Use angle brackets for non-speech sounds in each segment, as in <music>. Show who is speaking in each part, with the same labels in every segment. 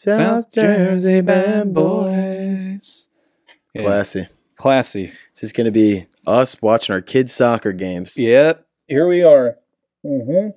Speaker 1: South Jersey bad boys. Yeah,
Speaker 2: Classy.
Speaker 1: Classy.
Speaker 2: This is going to be us watching our kids' soccer games.
Speaker 1: Yep. Here we are. Mm-hmm.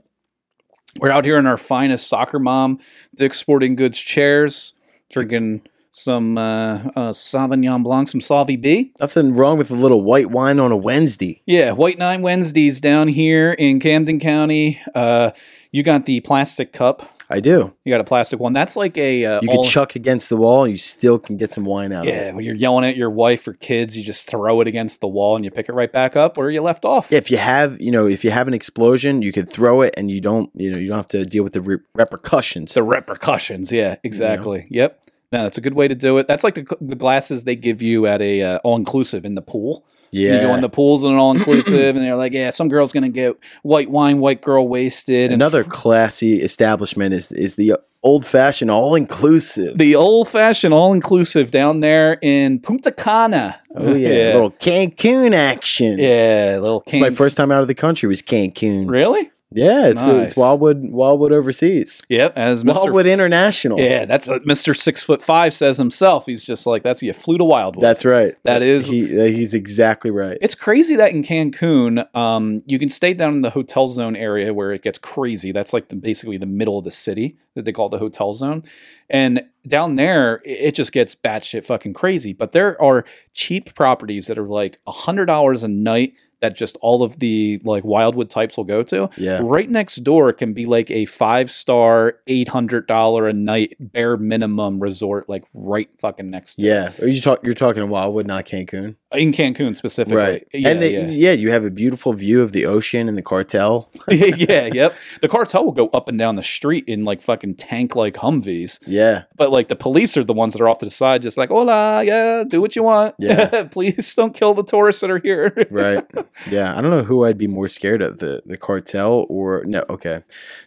Speaker 1: We're out here in our finest soccer mom, Dick's Sporting Goods chairs, drinking some uh, uh, Sauvignon Blanc, some Sauvy B.
Speaker 2: Nothing wrong with a little white wine on a Wednesday.
Speaker 1: Yeah, White Nine Wednesdays down here in Camden County. Uh, you got the plastic cup.
Speaker 2: I do.
Speaker 1: You got a plastic one. That's like a uh,
Speaker 2: You can
Speaker 1: all-
Speaker 2: chuck against the wall, you still can get some wine out of it.
Speaker 1: Yeah, when you're yelling at your wife or kids, you just throw it against the wall and you pick it right back up where you left off.
Speaker 2: Yeah, if you have, you know, if you have an explosion, you can throw it and you don't, you know, you don't have to deal with the re- repercussions.
Speaker 1: The repercussions. Yeah, exactly. Yep. No, that's a good way to do it. That's like the, gl- the glasses they give you at a uh, all inclusive in the pool.
Speaker 2: yeah.
Speaker 1: You go in the pools in an all inclusive, and they're like, "Yeah, some girl's gonna get white wine, white girl wasted." And
Speaker 2: Another classy establishment is is the old fashioned all inclusive.
Speaker 1: the old fashioned all inclusive down there in Punta Cana.
Speaker 2: Oh yeah,
Speaker 1: <laughs> yeah,
Speaker 2: little Cancun action.
Speaker 1: yeah, little
Speaker 2: It's my
Speaker 1: Cancun.
Speaker 2: first time out of the country was Cancun.
Speaker 1: Really?
Speaker 2: Yeah, it's, uh,
Speaker 1: Nice.
Speaker 2: it's Wildwood Wildwood overseas.
Speaker 1: Yep. As Mr.
Speaker 2: Wildwood International.
Speaker 1: Yeah, that's what Mr. Six Foot Five says himself. He's just like, that's you flew to Wildwood.
Speaker 2: That's right.
Speaker 1: That is-
Speaker 2: he. uh, He's exactly right.
Speaker 1: it's crazy that in Cancun, um, you can stay down in the hotel zone area where it gets crazy. That's like the, basically the middle of the city that they call the hotel zone. And down there, it, it just gets batshit fucking crazy. But there are cheap properties that are like $100 a night that just all of the like Wildwood types will go to.
Speaker 2: Yeah,
Speaker 1: Right next door can be like a five star, eight hundred dollar a night bare minimum resort, like right fucking next to
Speaker 2: yeah. Are you talk? You're talking Wildwood, not Cancun,
Speaker 1: it. in Cancun specifically.
Speaker 2: right?
Speaker 1: Yeah,
Speaker 2: and they, yeah.
Speaker 1: yeah.
Speaker 2: you have a beautiful view of the ocean and the cartel.
Speaker 1: <laughs> yeah, yep. The cartel will go up and down the street in like fucking tank like Humvees,
Speaker 2: Yeah,
Speaker 1: but like the police are the ones that are off to the side, just like, hola, yeah, do what you want.
Speaker 2: Yeah.
Speaker 1: <laughs> Please don't kill the tourists that are here. <laughs>
Speaker 2: right. yeah, I don't know who I'd be more scared of the the cartel or no. Okay,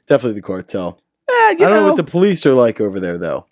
Speaker 2: definitely the cartel.
Speaker 1: Eh, you
Speaker 2: I don't know.
Speaker 1: know,
Speaker 2: what the police are like over there though.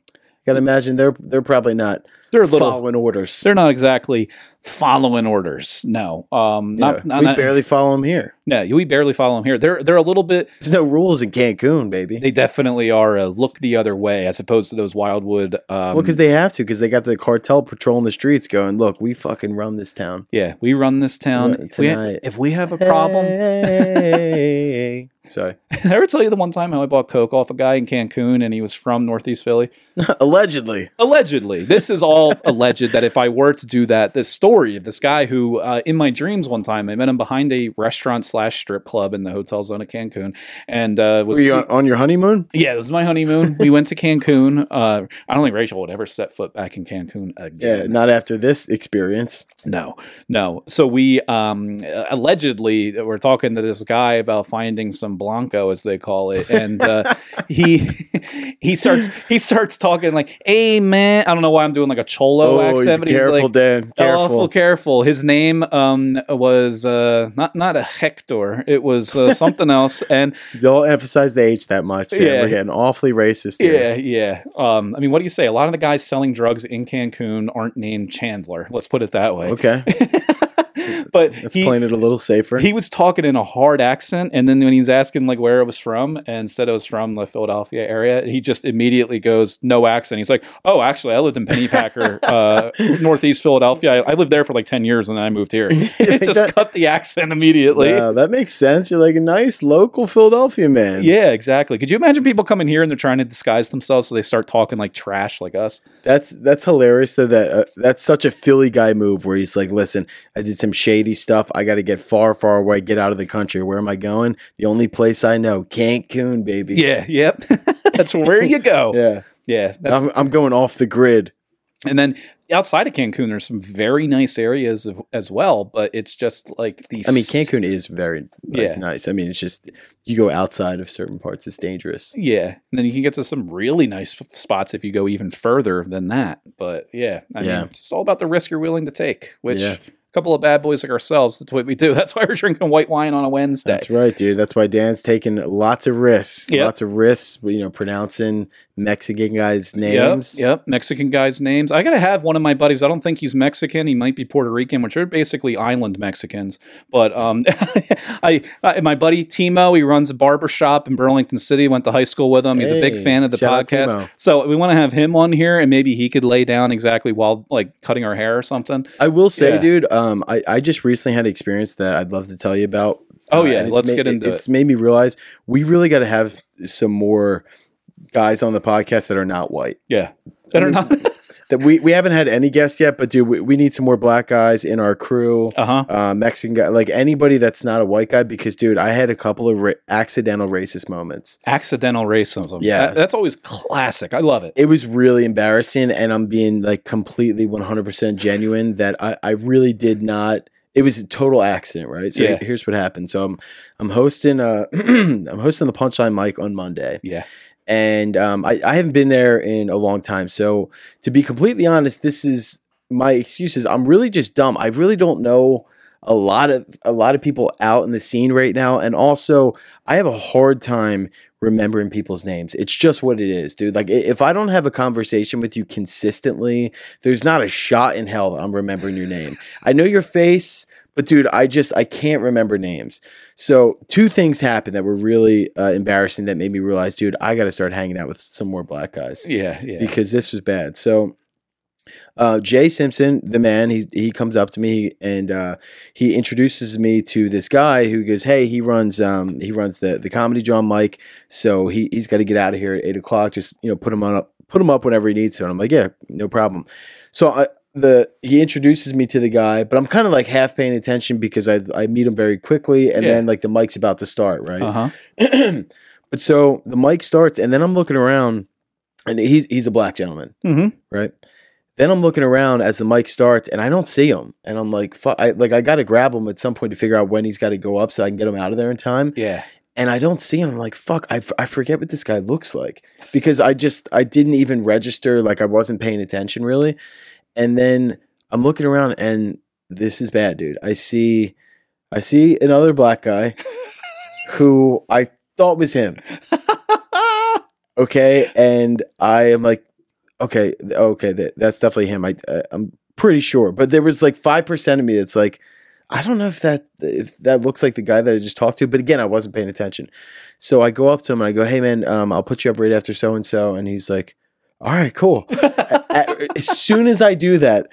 Speaker 2: Gotta imagine they're they're probably not
Speaker 1: they're a little.
Speaker 2: following orders.
Speaker 1: They're not exactly following orders. No, um,
Speaker 2: Yeah,
Speaker 1: not, not,
Speaker 2: we
Speaker 1: not-
Speaker 2: barely follow them here.
Speaker 1: no. We barely follow them here. They're they're a little bit
Speaker 2: There's no rules in Cancun, baby.
Speaker 1: They definitely are a look the other way as opposed to those Wildwood. Um,
Speaker 2: well, because they have to, because they got the cartel patrolling the streets, going, "Look, we fucking run this town."
Speaker 1: yeah, we run this town.
Speaker 2: Uh,
Speaker 1: If we,
Speaker 2: tonight.
Speaker 1: if we have a problem, <laughs>
Speaker 2: Hey. Sorry.
Speaker 1: did I ever tell you the one time how I bought coke off a guy in Cancun and he was from Northeast Philly?
Speaker 2: Allegedly.
Speaker 1: Allegedly, this
Speaker 2: <laughs>
Speaker 1: is all alleged that if I were to do that, this story of this guy who, uh, in my dreams, one time I met him behind a restaurant slash strip club in the hotel zone of Cancun, and uh, was
Speaker 2: Were you on, on your honeymoon?
Speaker 1: Yeah, it was my honeymoon. we went to Cancun. Uh, I don't think Rachel would ever set foot back in Cancun again.
Speaker 2: <laughs> Yeah, not after this experience.
Speaker 1: No, no. So we um allegedly we're talking to this guy about finding some blanco, as they call it, and uh,
Speaker 2: <laughs>
Speaker 1: he <laughs> he starts he starts talking like, "Hey man," I don't know why I'm doing like a cholo accent, but Oh, he's
Speaker 2: Oh, careful,
Speaker 1: like.
Speaker 2: Dan. Careful.
Speaker 1: Careful, careful. His name um, was uh, not not a Hector. It was uh, something else,
Speaker 2: <laughs>
Speaker 1: and
Speaker 2: Don't emphasize the H that much. Dan.
Speaker 1: Yeah.
Speaker 2: We're getting awfully racist here.
Speaker 1: yeah, yeah. Um, I mean, what do you say? A lot of the guys selling drugs in Cancun aren't named Chandler. Let's put it that way. <laughs>
Speaker 2: Okay.
Speaker 1: but
Speaker 2: That's
Speaker 1: he-
Speaker 2: playing it a little safer.
Speaker 1: <laughs> He was talking in a hard accent, and then when he's asking like where it was from, and said it was from the Philadelphia area, he just immediately goes no accent. He's like, "Oh, actually, I lived in
Speaker 2: <laughs>
Speaker 1: Pennypacker, uh, Northeast Philadelphia. I, I lived there for like ten years, and then I
Speaker 2: <laughs>
Speaker 1: moved here." it just
Speaker 2: That-
Speaker 1: cut the accent immediately.
Speaker 2: Wow, that makes sense. You're like a nice local Philadelphia man.
Speaker 1: Yeah, exactly. Could you imagine people coming here and they're trying to disguise themselves, so they start talking like trash, like us?
Speaker 2: That's that's hilarious though. That uh, that's such a Philly guy move where he's like, "Listen, I did some shady stuff. I got to get far, far away. Get out of the country. Where am I going? The only place I know, Cancun, baby.
Speaker 1: Yeah, yep. <laughs> that's where
Speaker 2: <laughs>
Speaker 1: you go. Yeah,
Speaker 2: yeah. Um,
Speaker 1: that's
Speaker 2: I'm, I'm going off the grid.
Speaker 1: And then outside of Cancun, there's some very nice areas of, as well, but it's just like these.
Speaker 2: I mean, Cancun is very like,
Speaker 1: Yeah.
Speaker 2: nice. I mean, it's just you go outside of certain parts, it's dangerous.
Speaker 1: Yeah, and then you can get to some really nice f- spots if you go even further than that. But yeah, I
Speaker 2: Yeah.
Speaker 1: mean, it's all about the risk you're willing to take, which
Speaker 2: Yeah.
Speaker 1: couple of bad boys like ourselves, that's what we do. <laughs> That's why we're drinking white wine on a Wednesday.
Speaker 2: That's right, dude. That's why Dan's taking lots of risks.
Speaker 1: Yep.
Speaker 2: Lots of risks, you know, pronouncing Mexican guys' names.
Speaker 1: Yep, yep. Mexican guys' names. I gotta have one of my buddies. I don't think he's Mexican. He might be Puerto Rican, which are basically island Mexicans. But um, <laughs> I, I, my buddy Timo, he runs a barber shop in Burlington City. Went to high school with him. He's a big
Speaker 2: Hey,
Speaker 1: fan of the
Speaker 2: shout out
Speaker 1: podcast.
Speaker 2: Timo.
Speaker 1: So we want to have him on here, and maybe he could lay down exactly while like cutting our hair or something.
Speaker 2: I will say,
Speaker 1: Yeah.
Speaker 2: dude, um, I, I just recently had an experience that I'd love to tell you about.
Speaker 1: Oh,
Speaker 2: Uh,
Speaker 1: yeah,
Speaker 2: and it's
Speaker 1: let's
Speaker 2: ma-
Speaker 1: get into
Speaker 2: It's made me realize we really got to have some more guys on the podcast that are not white.
Speaker 1: Yeah, better
Speaker 2: mean-
Speaker 1: <laughs> not.
Speaker 2: That we, we haven't had any guests yet, but dude, we, we need some more black guys in our crew.
Speaker 1: uh huh.
Speaker 2: Uh, Mexican guy, like anybody that's not a white guy, because dude, I had a couple of ra- accidental racist moments.
Speaker 1: Accidental racism.
Speaker 2: Yeah.
Speaker 1: That- that's always classic. I love it.
Speaker 2: it was really embarrassing and i'm being like completely 100% genuine that i, I really did not it was a total accident right so
Speaker 1: Yeah.
Speaker 2: here's what happened so i'm i'm hosting uh <clears throat> i'm hosting the punchline mic on monday
Speaker 1: Yeah.
Speaker 2: and um, I, I haven't been there in a long time so to be completely honest this is my excuse is i'm really just dumb i really don't know a lot of a lot of people out in the scene right now and also i have a hard time remembering people's names. It's just what it is, dude. Like i- if I don't have a conversation with you consistently, there's not a shot in hell that I'm remembering your name. I know your face, but dude, I just I can't remember names. So two things happened that were really uh, embarrassing that made me realize, dude, I got to start hanging out with some more black guys
Speaker 1: Yeah. Yeah.
Speaker 2: because this was bad. So uh, Jay Simpson, the man, he he comes up to me and uh, he introduces me to this guy who goes, "Hey, he runs um, he runs the the comedy John Mike, so he he's got to get out of here at eight o'clock. Just you know, put him on up, put him up whenever he needs to." And I'm like, "Yeah, no problem." So I, the he introduces me to the guy, but I'm kind of like half paying attention because I I meet him very quickly, and
Speaker 1: Yeah.
Speaker 2: then like the mic's about to start, right?
Speaker 1: Uh huh.
Speaker 2: <clears throat> but so the mic starts, and then I'm looking around, and he's he's a black gentleman
Speaker 1: hmm
Speaker 2: right? Then I'm looking around as the mic starts, and I don't see him, and I'm like, "Fuck!" I, like I got to grab him at some point to figure out when he's got to go up so I can get him out of there in time.
Speaker 1: Yeah.
Speaker 2: And I don't see him. I'm like, "Fuck!" I, f- I forget what this guy looks like because I just I didn't even register. Like I wasn't paying attention really. And then I'm looking around, and this is bad, dude. I see, I see another black guy who I thought was him okay and i am like okay th- okay that, that's definitely him I, I i'm pretty sure but there was like 5% of me that's like i don't know if that if that looks like the guy that i just talked to but again i wasn't paying attention so i go up to him and i go hey man um, i'll put you up right after so and so and he's like all right cool A- as soon as i do that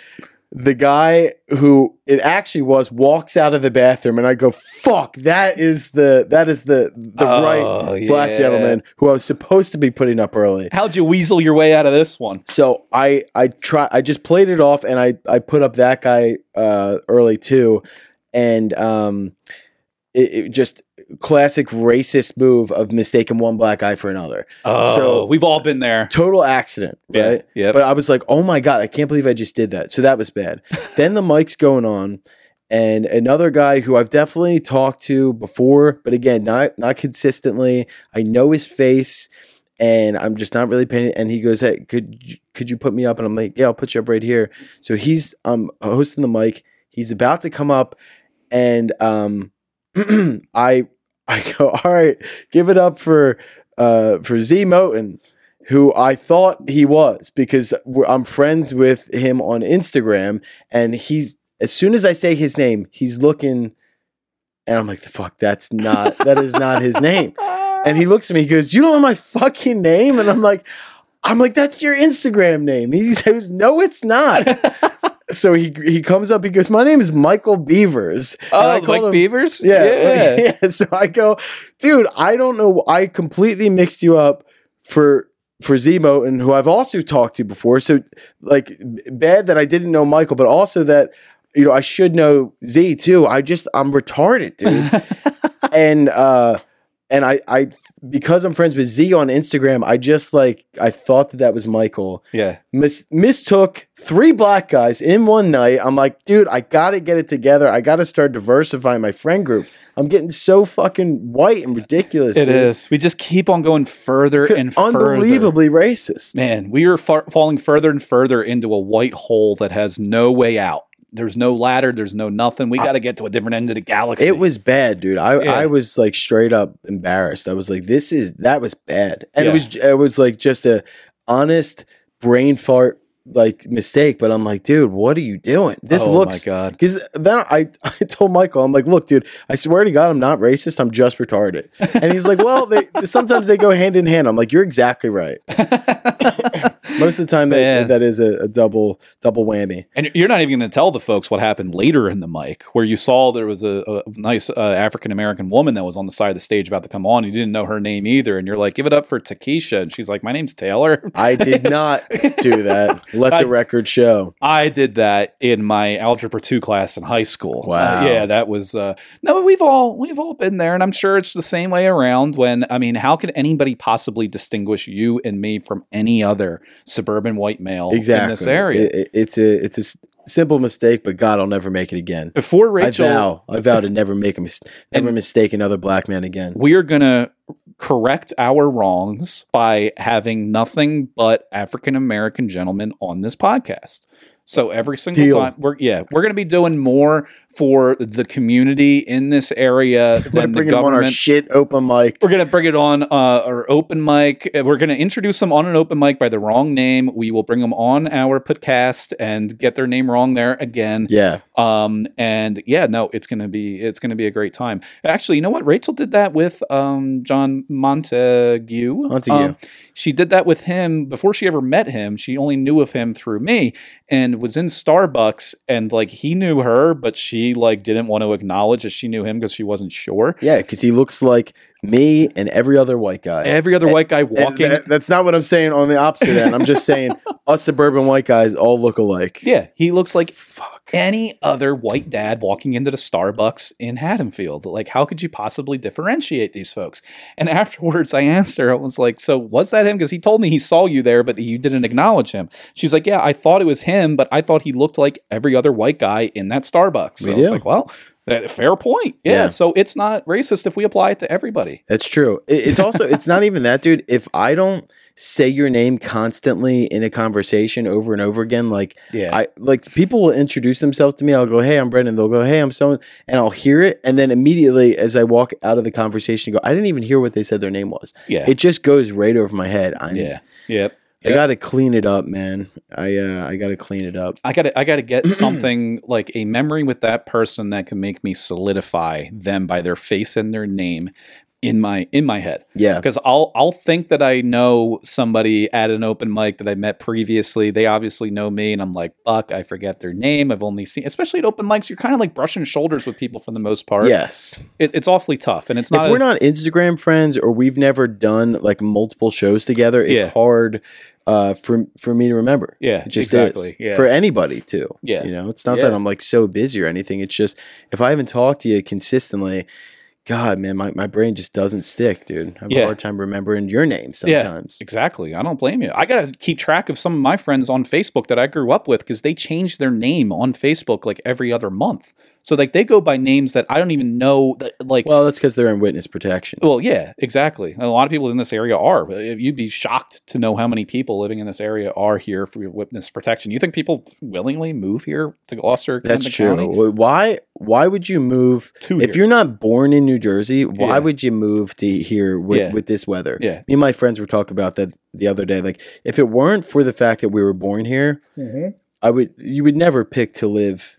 Speaker 2: the guy who it actually was walks out of the bathroom and i go fuck that is the that is the the right
Speaker 1: Oh,
Speaker 2: black
Speaker 1: yeah.
Speaker 2: gentleman who I was supposed to be putting up early.
Speaker 1: <laughs> How'd you weasel your way out of this one?
Speaker 2: So I I try I just played it off and I I put up that guy uh, early too, and um, it, it just classic racist move of mistaking one black guy for another.
Speaker 1: Oh,
Speaker 2: So-
Speaker 1: we've all been there.
Speaker 2: Total accident, right?
Speaker 1: Yeah. Yep. <laughs>
Speaker 2: But I was like, oh my God, I can't believe I just did that. So that was bad. then the mic's going on. And another guy who I've definitely talked to before, but again, not not consistently. I know his face, and I'm just not really paying. And he goes, "Hey, could you- could you put me up?" And I'm like, "Yeah, I'll put you up right here." So he's um hosting the mic. He's about to come up, and um, <clears throat> I I go, "All right, give it up for uh for Z Moten." who I thought he was because we're, I'm friends with him on Instagram, and he's as soon as I say his name, he's looking, and I'm like, "Fuck, that's not that is not
Speaker 1: <laughs>
Speaker 2: his name." And he looks at me, he goes, "You don't know my fucking name," and I'm like, "I'm like, that's your Instagram name." He goes, "No, it's not." so he he comes up, he goes, "My name is Michael Beavers." And I
Speaker 1: oh,
Speaker 2: called
Speaker 1: like
Speaker 2: him-
Speaker 1: beavers?
Speaker 2: yeah, <laughs> yeah. So I go, dude, I don't know. I completely mixed you up for for Zemo and who I've also talked to before. So like b- bad that I didn't know Michael, but also that you know I should know Z too. I just I'm retarded, dude. and uh and I I because I'm friends with Z on Instagram, I just like I thought that that was Michael
Speaker 1: <laughs> Yeah.
Speaker 2: mis- mistook three black guys in one night. I'm like, dude, I gotta get it together. I gotta start diversifying my friend group. I'm getting so fucking white and ridiculous.
Speaker 1: It
Speaker 2: dude.
Speaker 1: is. We just keep on going further and further.
Speaker 2: unbelievably racist.
Speaker 1: Man, we are far, falling further and further into a white hole that has no way out. There's no ladder. There's no nothing. We got to get to a different end of the galaxy.
Speaker 2: It was bad, dude. I,
Speaker 1: Yeah.
Speaker 2: I was like straight up embarrassed. I was like, this is that was bad, and
Speaker 1: Yeah.
Speaker 2: it was it was like just a honest brain fart like mistake. But I'm like, dude, what are you doing? This
Speaker 1: oh
Speaker 2: looks
Speaker 1: my god.
Speaker 2: because then I <laughs> I told Michael, I'm like, look, dude, I swear to God, I'm not racist. I'm just retarded. And he's like, well,
Speaker 1: <laughs>
Speaker 2: they, sometimes they go hand in hand. I'm like, you're exactly right. Most of the time,
Speaker 1: Man.
Speaker 2: that, that is a, a double double whammy.
Speaker 1: And you're not even going to tell the folks what happened later in the mic, where you saw there was a, a nice uh, African American woman that was on the side of the stage about to come on. You didn't know her name either, and you're like, "Give it up for Takesha," and she's like, "My name's Taylor."
Speaker 2: I did not do
Speaker 1: <laughs>
Speaker 2: that. Let
Speaker 1: I-
Speaker 2: the record show.
Speaker 1: I did that in my algebra two class in high school.
Speaker 2: Wow.
Speaker 1: Uh, yeah, that was uh, no. We've all we've all been there, and I'm sure it's the same way around. When I mean, how could anybody possibly distinguish you and me from any other suburban white male
Speaker 2: Exactly.
Speaker 1: in this area?
Speaker 2: It- it- it's a it's a s- simple mistake, but God, I'll never make it again.
Speaker 1: Before
Speaker 2: I
Speaker 1: Rachel,
Speaker 2: vow, I vow to never make a mis- never
Speaker 1: And-
Speaker 2: mistake another black man again.
Speaker 1: we are going to correct our wrongs by having nothing but African American gentlemen on this podcast. So every single
Speaker 2: Deal.
Speaker 1: time we're yeah, we're going to be doing more for the community in this area
Speaker 2: We're
Speaker 1: than the
Speaker 2: bringing him on our
Speaker 1: government.
Speaker 2: shit open mic.
Speaker 1: we're going to bring it on uh, our open mic. Uh, We're going to introduce them on an open mic by the wrong name. We will bring them on our podcast and get their name wrong there again.
Speaker 2: Yeah,
Speaker 1: Um and yeah, no, it's gonna be it's gonna be a great time. Actually, you know what? Rachel did that with um John Montague.
Speaker 2: Montague.
Speaker 1: Um, she did that with him before she ever met him. She only knew of him through me and was in Starbucks and like he knew her, but she like didn't want to acknowledge that she knew him because she wasn't sure.
Speaker 2: yeah, because he looks like me and every other white guy.
Speaker 1: Every other white guy
Speaker 2: And
Speaker 1: walking
Speaker 2: that- that's not what I'm saying on the opposite end. I'm just
Speaker 1: <laughs>
Speaker 2: saying us suburban white guys all look alike.
Speaker 1: Yeah, he looks like any other white dad walking into the Starbucks in Haddonfield. Like, how could you possibly differentiate these folks? And <laughs> afterwards, I asked her, I was like, So was that him? Because he told me he saw you there, but you didn't acknowledge him. She's like, Yeah, I thought it was him, but I thought he looked like every other white guy in that Starbucks.
Speaker 2: We
Speaker 1: So I was
Speaker 2: do.
Speaker 1: like, Well, that- fair point. Yeah,
Speaker 2: Yeah.
Speaker 1: So it's not racist if we apply it to everybody.
Speaker 2: That's true. It- it's also it's not even that, dude. If I don't say your name constantly in a conversation over and over again, like
Speaker 1: Yeah.
Speaker 2: I like people will introduce themselves to me. I'll go, "Hey, I'm Brendan." They'll go, "Hey, I'm so," and I'll hear it, and then immediately as I walk out of the conversation, go, "I didn't even hear what they said their name was."
Speaker 1: yeah.
Speaker 2: It just goes right over my head. i
Speaker 1: yeah. Yeah.
Speaker 2: I got to clean it up, man. I uh, I got to clean it up.
Speaker 1: I gotta I
Speaker 2: <clears throat>
Speaker 1: gotta get something like a memory with that person that can make me solidify them by their face and their name in my in my head.
Speaker 2: Yeah,
Speaker 1: Because I'll I'll think that I know somebody at an open mic that I met previously. They obviously know me, and I'm like, fuck, I forget their name. I've only seen, especially at open mics, you're kind of like brushing shoulders with people for the most part.
Speaker 2: yes.
Speaker 1: it, it's awfully tough, and it's not.
Speaker 2: if
Speaker 1: a-
Speaker 2: we're not Instagram friends or we've never done like multiple shows together, it's
Speaker 1: Yeah.
Speaker 2: hard uh, for for me to remember.
Speaker 1: yeah,
Speaker 2: It just
Speaker 1: exactly.
Speaker 2: is
Speaker 1: Yeah,
Speaker 2: for anybody too.
Speaker 1: Yeah.
Speaker 2: you know, it's not that
Speaker 1: Yeah.
Speaker 2: I'm like so busy or anything. It's just if I haven't talked to you consistently, God, man, my, my brain just doesn't stick, dude. I have
Speaker 1: Yeah.
Speaker 2: a hard time remembering your name
Speaker 1: Yeah.
Speaker 2: sometimes.
Speaker 1: Exactly. I don't blame you. I got to keep track of some of my friends on Facebook that I grew up with because they change their name on Facebook like every other month. So, like, they go by names that I don't even know. That, like, well,
Speaker 2: Well, that's because they're in witness protection.
Speaker 1: yeah, exactly. And a lot of people in this area are. Uh, You'd be shocked to know how many people living in this area are here for witness protection. You think people willingly move here to Gloucester?
Speaker 2: That's
Speaker 1: Camden
Speaker 2: true.
Speaker 1: County?
Speaker 2: Why why would you move
Speaker 1: Two
Speaker 2: if
Speaker 1: here.
Speaker 2: you're not born in New Jersey? Why
Speaker 1: Yeah.
Speaker 2: would you move to here with,
Speaker 1: Yeah.
Speaker 2: with this weather?
Speaker 1: Yeah.
Speaker 2: Me and my friends were talking about that the other day. Like, if it weren't for the fact that we were born here, I would you would never pick to live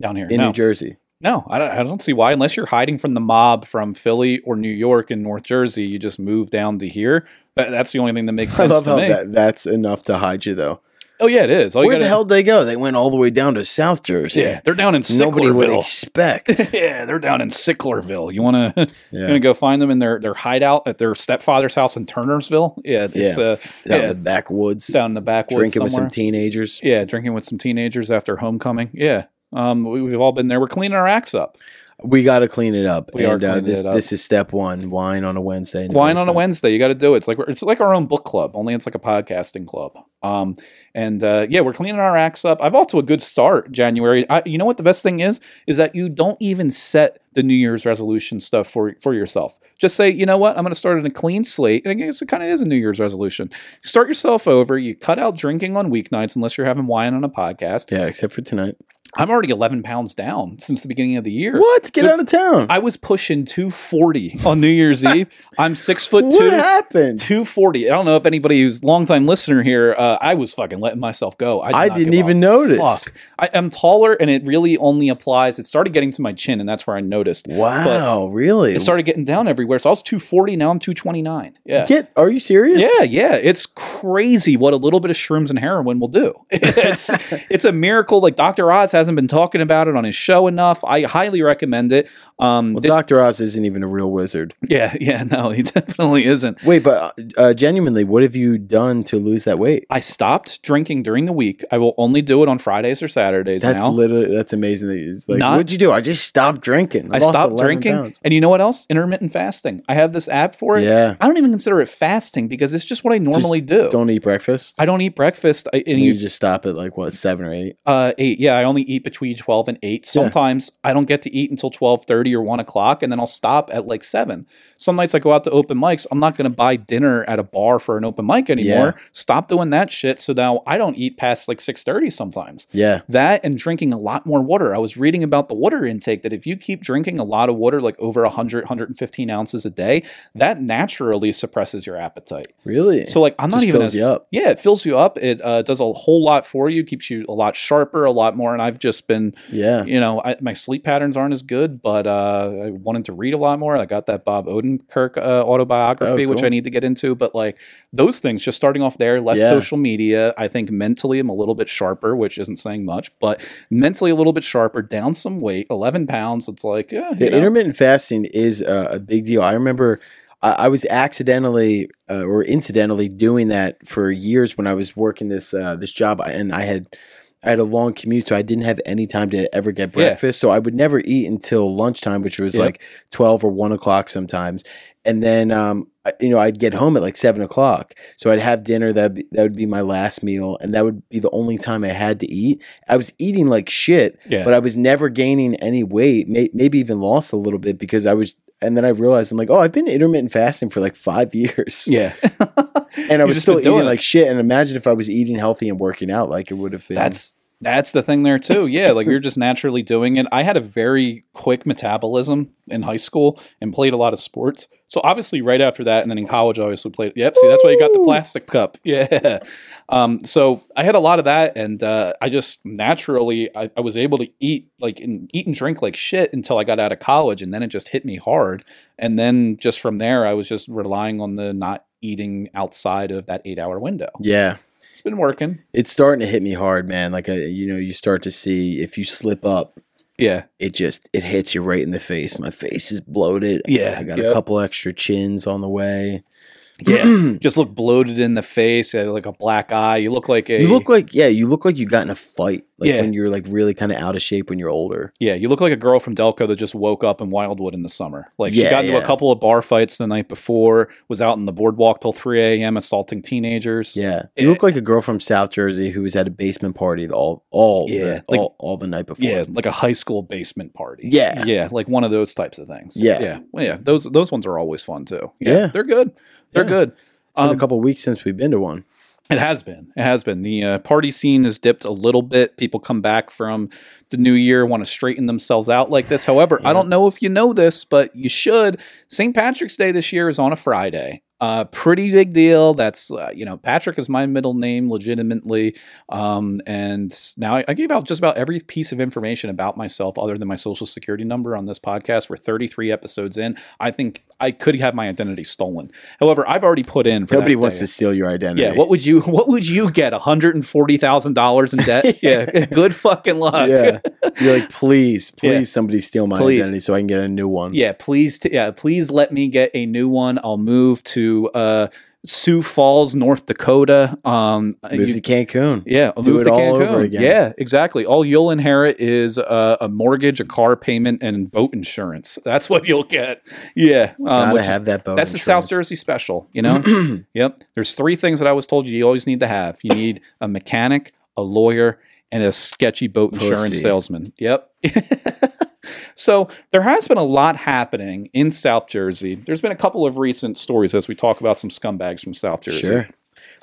Speaker 1: Down here.
Speaker 2: in
Speaker 1: no.
Speaker 2: New Jersey.
Speaker 1: No, I don't, I don't see why. Unless you're hiding from the mob from Philly or New York and North Jersey, you just move down to here. That, that's the only thing that makes
Speaker 2: <laughs> I
Speaker 1: sense
Speaker 2: love
Speaker 1: to
Speaker 2: how
Speaker 1: me.
Speaker 2: that, that's enough to hide you though.
Speaker 1: oh yeah, it is. All you
Speaker 2: Where
Speaker 1: gotta-
Speaker 2: the hell did they go? They went all the way down to South Jersey.
Speaker 1: Yeah, they're down in
Speaker 2: Nobody would
Speaker 1: Sicklerville. <laughs>
Speaker 2: expect.
Speaker 1: yeah, they're down in Sicklerville. You wanna you
Speaker 2: yeah.
Speaker 1: wanna go find them in their their hideout at their stepfather's house in Turnersville? Yeah, it's
Speaker 2: Yeah.
Speaker 1: uh,
Speaker 2: Down
Speaker 1: yeah,
Speaker 2: in the backwoods.
Speaker 1: down in the backwoods
Speaker 2: drinking with
Speaker 1: somewhere.
Speaker 2: some teenagers.
Speaker 1: yeah, drinking with some teenagers after homecoming. Yeah. Um, we, we've all been there. We're cleaning our acts up.
Speaker 2: We got to clean it up.
Speaker 1: We are
Speaker 2: and uh,
Speaker 1: cleaning
Speaker 2: this,
Speaker 1: it up.
Speaker 2: this is step one wine on a Wednesday. in the
Speaker 1: wine on a
Speaker 2: basement.
Speaker 1: Wednesday. You got to do it. It's like it's like our own book club. Only it's like a podcasting club. Um, and uh, yeah, we're cleaning our acts up. I've off to a good start January. I, you know what the best thing is is that you don't even set the New Year's resolution stuff for for yourself. Just say, you know what, I'm going to start on a clean slate. And I guess it kind of is a New Year's resolution. Start yourself over. You cut out drinking on weeknights unless you're having wine on a podcast.
Speaker 2: Yeah, except for tonight.
Speaker 1: I'm already 11 pounds down since the beginning of the year.
Speaker 2: What? Get
Speaker 1: Dude,
Speaker 2: out of town.
Speaker 1: I was pushing 240 on New
Speaker 2: <laughs>
Speaker 1: Year's Eve. I'm six foot
Speaker 2: what
Speaker 1: two.
Speaker 2: happened?
Speaker 1: 240. I don't know if anybody who's longtime listener here. Uh, I was fucking letting myself go.
Speaker 2: I
Speaker 1: not
Speaker 2: didn't
Speaker 1: give a
Speaker 2: even notice.
Speaker 1: fuck. I, I'm taller, and it really only applies. It started getting to my chin, and that's where I noticed.
Speaker 2: Wow, really?
Speaker 1: It started getting down everywhere. So I was 240. Now I'm 229. Yeah.
Speaker 2: Get are you serious?
Speaker 1: Yeah, yeah, it's crazy what a little bit of shrooms and heroin will do.
Speaker 2: <laughs>
Speaker 1: <laughs> It's it's a miracle. Like Dr. Oz hasn't been talking about it on his show enough. I highly recommend it. Um,
Speaker 2: Well, Dr. Oz isn't even a real wizard.
Speaker 1: <laughs> yeah, yeah, no, he definitely isn't.
Speaker 2: Wait, but uh, genuinely, what have you done to lose that weight?
Speaker 1: I stopped drinking during the week. I will only do it on Fridays or Saturdays
Speaker 2: That's
Speaker 1: now.
Speaker 2: literally that's amazing. That you- it's like,
Speaker 1: Not-
Speaker 2: what'd you do? I just stopped drinking.
Speaker 1: I
Speaker 2: lost
Speaker 1: stopped
Speaker 2: 11
Speaker 1: drinking.
Speaker 2: pounds.
Speaker 1: And you know what else? Intermittent fasting. I have this app for it.
Speaker 2: Yeah,
Speaker 1: I don't even consider it fasting because it's just what I normally do.
Speaker 2: don't eat breakfast.
Speaker 1: I don't eat breakfast. I, and
Speaker 2: and you
Speaker 1: you
Speaker 2: just stop at like what seven or eight.
Speaker 1: Uh, eight. Yeah, I only eat between twelve and eight. Sometimes I don't get to eat until twelve thirty or one o'clock, and then I'll stop at like seven. Some nights I go out to open mics. I'm not going to buy dinner at a bar for an open mic anymore. Stop doing that shit. So now I don't eat past like six thirty sometimes.
Speaker 2: Yeah,
Speaker 1: That and drinking a lot more water. I was reading about the water intake that if you keep drinking a lot of water, like over 100, 115 ounces a day, that naturally suppresses your appetite.
Speaker 2: really.
Speaker 1: So like I'm not
Speaker 2: Just
Speaker 1: even
Speaker 2: fills
Speaker 1: as-
Speaker 2: you up.
Speaker 1: Yeah, it fills you up. It uh, does a whole lot for you. Keeps you a lot sharper, a lot more. And I've just been,
Speaker 2: yeah,
Speaker 1: you know, I, my sleep patterns aren't as good, but uh, I wanted to read a lot more. I got that Bob Odenkirk uh, autobiography,
Speaker 2: Oh,
Speaker 1: which
Speaker 2: cool.
Speaker 1: I need to get into. But like those things, just starting off there, less
Speaker 2: Yeah.
Speaker 1: social media. I think mentally I'm a little bit sharper, which isn't saying much, but mentally a little bit sharper. Down some weight, 11 pounds. It's like yeah,
Speaker 2: the
Speaker 1: you know.
Speaker 2: intermittent fasting is uh, a big deal. I remember I, I was accidentally uh, or incidentally doing that for years when I was working this uh, this job, and I had I had a long commute, so I didn't have any time to ever get
Speaker 1: Yeah.
Speaker 2: breakfast. So I would never eat until lunchtime, which was
Speaker 1: Yep.
Speaker 2: like twelve or one o'clock sometimes. And then, um, I- you know, I'd get home at like seven o'clock, so I'd have dinner. That be, that would be my last meal, and that would be the only time I had to eat. I was eating like shit,
Speaker 1: Yeah.
Speaker 2: but I was never gaining any weight. May, maybe even lost a little bit because I was. And then I realized I'm like, oh, I've been intermittent fasting for like five <laughs> years,
Speaker 1: yeah,
Speaker 2: and I
Speaker 1: You've
Speaker 2: was
Speaker 1: just
Speaker 2: still
Speaker 1: been
Speaker 2: eating
Speaker 1: doing it.
Speaker 2: like shit. And imagine if I was eating healthy and working out, like it would have been.
Speaker 1: That's that's the thing there too. Yeah, like you're just naturally doing it. I had a very quick metabolism in high school and played a lot of sports. So obviously, right after that, and then in college, I obviously played. Yep, see, that's why you got the
Speaker 2: Ooh.
Speaker 1: plastic cup. <laughs> Yeah. Um, so I had a lot of that, and uh, I just naturally I, I was able to eat like and eat and drink like shit until I got out of college, and then it just hit me hard. And then just from there, I was just relying on the not eating outside of that eight hour window.
Speaker 2: yeah.
Speaker 1: It's been working.
Speaker 2: it's starting to hit me hard, man. Like I, you know, you start to see if you slip up,
Speaker 1: Yeah.
Speaker 2: it just it hits you right in the face. My face is bloated.
Speaker 1: Yeah,
Speaker 2: I got
Speaker 1: yep.
Speaker 2: a couple extra chins on the way. <clears throat>
Speaker 1: Yeah. just look bloated in the face, uh, like a black eye. You look like a
Speaker 2: you look like yeah, you look like you got in a fight. Like
Speaker 1: Yeah.
Speaker 2: when you're like really kind of out of shape when you're older.
Speaker 1: yeah, you look like a girl from Delco that just woke up in Wildwood in the summer. Like she
Speaker 2: Yeah,
Speaker 1: got into a
Speaker 2: yeah.
Speaker 1: couple of bar fights the night before, was out on the boardwalk till three a.m. assaulting teenagers.
Speaker 2: Yeah, you look like a girl from South Jersey who was at a basement party the- all all
Speaker 1: Yeah,
Speaker 2: the,
Speaker 1: like-
Speaker 2: all, all the night before.
Speaker 1: Yeah, like a high school basement party.
Speaker 2: Yeah.
Speaker 1: yeah, like one of those types of things.
Speaker 2: Yeah.
Speaker 1: yeah, Well, yeah. Those those ones are always fun too.
Speaker 2: Yeah.
Speaker 1: they're good. They're
Speaker 2: Yeah.
Speaker 1: good.
Speaker 2: it's
Speaker 1: um,
Speaker 2: been a couple weeks since we've been to one.
Speaker 1: It has been. It has been. The uh, party scene has dipped a little bit. People come back from the new year, want to straighten themselves out like this. However, I don't know if you know this, but you should. St. Patrick's Day this year is on a Friday. Uh, pretty big deal. That's, uh, you know, Patrick is my middle name legitimately. Um, and now I, I gave out just about every piece of information about myself other than my social security number on this podcast. We're 33 episodes in. I think I could have my identity stolen. However, I've already put in for
Speaker 2: Nobody
Speaker 1: that
Speaker 2: wants to
Speaker 1: day.
Speaker 2: steal your identity.
Speaker 1: Yeah, what would you <laughs> what would you get? hundred and forty thousand dollars in debt?
Speaker 2: <laughs>
Speaker 1: yeah. <laughs> Good fucking luck.
Speaker 2: yeah, you're like, please, please,
Speaker 1: Yeah.
Speaker 2: somebody steal my
Speaker 1: Please.
Speaker 2: identity so I can get a new one.
Speaker 1: <laughs> Yeah, please t- yeah, please let me get a new one. I'll move to uh Sioux Falls, North Dakota. Um
Speaker 2: move to
Speaker 1: you-
Speaker 2: Cancun.
Speaker 1: yeah, I'll
Speaker 2: do
Speaker 1: move
Speaker 2: it
Speaker 1: to
Speaker 2: all
Speaker 1: Cancun.
Speaker 2: over again.
Speaker 1: Yeah, exactly. All you'll inherit is uh, a mortgage, a car payment, and boat insurance. That's what you'll get. Yeah, um,
Speaker 2: Gotta
Speaker 1: which is-
Speaker 2: have that boat.
Speaker 1: That's the South
Speaker 2: insurance.
Speaker 1: Jersey special, you know?
Speaker 2: <clears throat>
Speaker 1: yep. There's three things that I was told you always need to have. You need a mechanic, a lawyer, and a sketchy boat insurance
Speaker 2: Pussy.
Speaker 1: salesman. Yep. <laughs> so there has been a lot happening in South Jersey. There's been a couple of recent stories as we talk about some scumbags from South Jersey.
Speaker 2: Sure.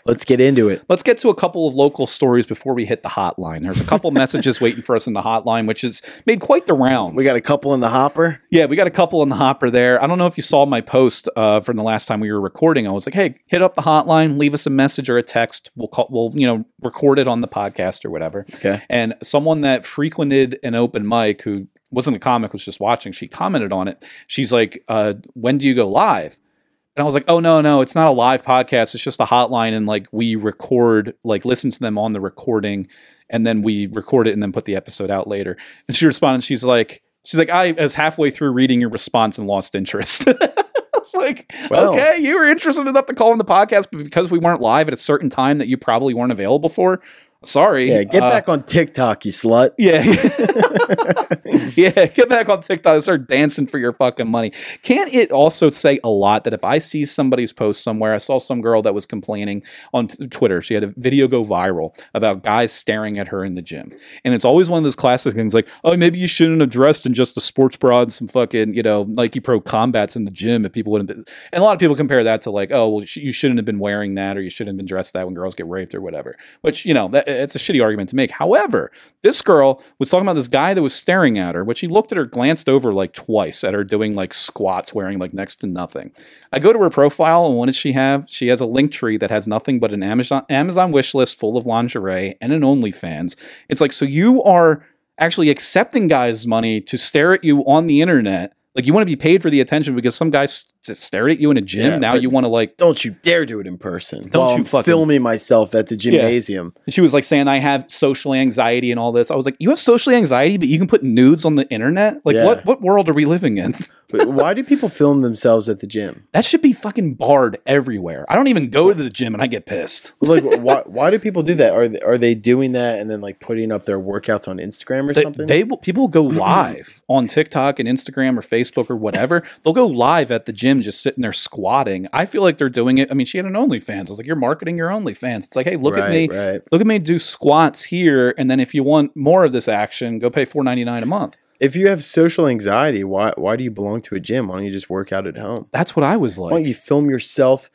Speaker 2: Let's get into it.
Speaker 1: Let's get to a couple of local stories before we hit the hotline. There's a
Speaker 2: <laughs>
Speaker 1: couple messages waiting for us in the hotline, which has made quite the rounds.
Speaker 2: We got a couple in the hopper.
Speaker 1: Yeah, we got a couple in the hopper there. I don't know if you saw my post uh, from the last time we were recording. I was like, "Hey, hit up the hotline, leave us a message or a text. We'll call, we'll you know record it on the podcast or whatever."
Speaker 2: Okay.
Speaker 1: And someone that frequented an open mic who wasn't a comic was just watching. She commented on it. She's like, uh, "When do you go live?" And I was like, "Oh no, no, it's not a live podcast. It's just a hotline, and like we record, like listen to them on the recording, and then we record it and then put the episode out later." And she responded, "She's like." She's like, I was halfway through reading your response and lost interest. <laughs> I was like,
Speaker 2: Well.
Speaker 1: okay, you were interested enough to call on the podcast, but because we weren't live at a certain time that you probably weren't available for, sorry.
Speaker 2: Yeah, get
Speaker 1: Uh,
Speaker 2: back on TikTok, you slut.
Speaker 1: Yeah. <laughs> yeah. Get back on TikTok and start dancing for your fucking money. Can't it also say a lot that if I see somebody's post somewhere, I saw some girl that was complaining on t- Twitter, she had a video go viral about guys staring at her in the gym. And it's always one of those classic things like, oh, maybe you shouldn't have dressed in just a sports bra and some fucking, you know, Nike Pro combats in the gym if people wouldn't. be-" And a lot of people compare that to like, oh, well, sh- you shouldn't have been wearing that or you shouldn't have been dressed that when girls get raped or whatever, which, you know, that, it's a shitty argument to make. However, this girl was talking about this guy that was staring at her, which he looked at her, glanced over like twice at her doing like squats, wearing like next to nothing. I go to her profile, and what does she have? She has a link tree that has nothing but an Amazon Amazon wish list full of lingerie and an OnlyFans. It's like, so you are actually accepting guys' money to stare at you on the internet. Like you want to be paid for the attention because some guy s- stared at you in a gym.
Speaker 2: Yeah,
Speaker 1: now
Speaker 2: but-
Speaker 1: you want to like
Speaker 2: Don't you dare do it in person.
Speaker 1: Don't
Speaker 2: While
Speaker 1: you
Speaker 2: I'm
Speaker 1: fucking-
Speaker 2: filming myself at the gymnasium.
Speaker 1: And she was like saying, I have social anxiety and all this. I was like, You have social anxiety, but you can put nudes on the internet? Like,
Speaker 2: Yeah.
Speaker 1: what, what world are we living in? <laughs>
Speaker 2: But Why do people film themselves at the gym?
Speaker 1: That should be fucking barred everywhere. I don't even go to the gym and I get pissed.
Speaker 2: Like, why? Why do people do that? Are they, are they doing that and then like putting up their workouts on Instagram or
Speaker 1: They,
Speaker 2: something?
Speaker 1: they will, people
Speaker 2: <clears throat>
Speaker 1: will go live on TikTok and Instagram or Facebook
Speaker 2: <laughs>
Speaker 1: or whatever. They'll go live at the gym just sitting there squatting. I feel like they're doing it. I mean, she had an OnlyFans. I was like, You're marketing your OnlyFans. It's like, Hey, look at me.
Speaker 2: Right, right.
Speaker 1: Look at me do squats here. And then if you want more of this action, go pay four ninety nine a month.
Speaker 2: If you have social anxiety, why why do you belong to a gym? Why don't you just work out at home?
Speaker 1: That's what I was like.
Speaker 2: Why don't you film yourself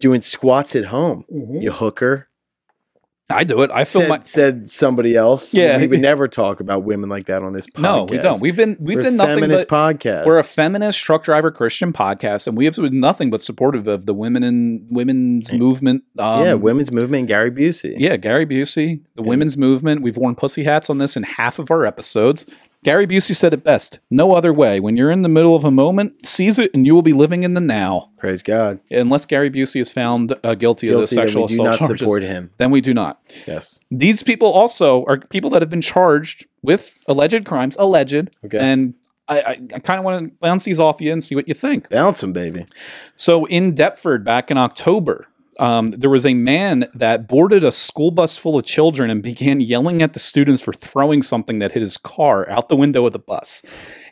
Speaker 2: doing squats at home? You hooker.
Speaker 1: I do it. I film
Speaker 2: mm-hmm. said,
Speaker 1: my
Speaker 2: said somebody else.
Speaker 1: Yeah.
Speaker 2: we would never talk about women like that on this podcast.
Speaker 1: No, we don't. We've been we've
Speaker 2: We're
Speaker 1: been
Speaker 2: a
Speaker 1: nothing
Speaker 2: feminist
Speaker 1: but
Speaker 2: podcast.
Speaker 1: we're a feminist truck driver Christian podcast, and we have been nothing but supportive of the women and women's movement. Um,
Speaker 2: yeah, women's movement. and Gary Busey.
Speaker 1: yeah, Gary Busey, the women's movement. We've worn pussy hats on this in half of our episodes. Gary Busey said it best: "No other way. When you're in the middle of a moment, seize it, and you will be living in the now."
Speaker 2: Praise God.
Speaker 1: Unless Gary Busey is found uh, guilty, of
Speaker 2: Guilty
Speaker 1: the
Speaker 2: that
Speaker 1: sexual
Speaker 2: we do
Speaker 1: assault
Speaker 2: not
Speaker 1: charges,
Speaker 2: support him.
Speaker 1: then we do not.
Speaker 2: Yes.
Speaker 1: These people also are people that have been charged with alleged crimes, alleged.
Speaker 2: Okay.
Speaker 1: And I, I, I kind of want to bounce these off you and see what you think.
Speaker 2: Bounce him, baby. <laughs>
Speaker 1: So in Deptford, back in October, um, there was a man that boarded a school bus full of children and began yelling at the students for throwing something that hit his car out the window of the bus.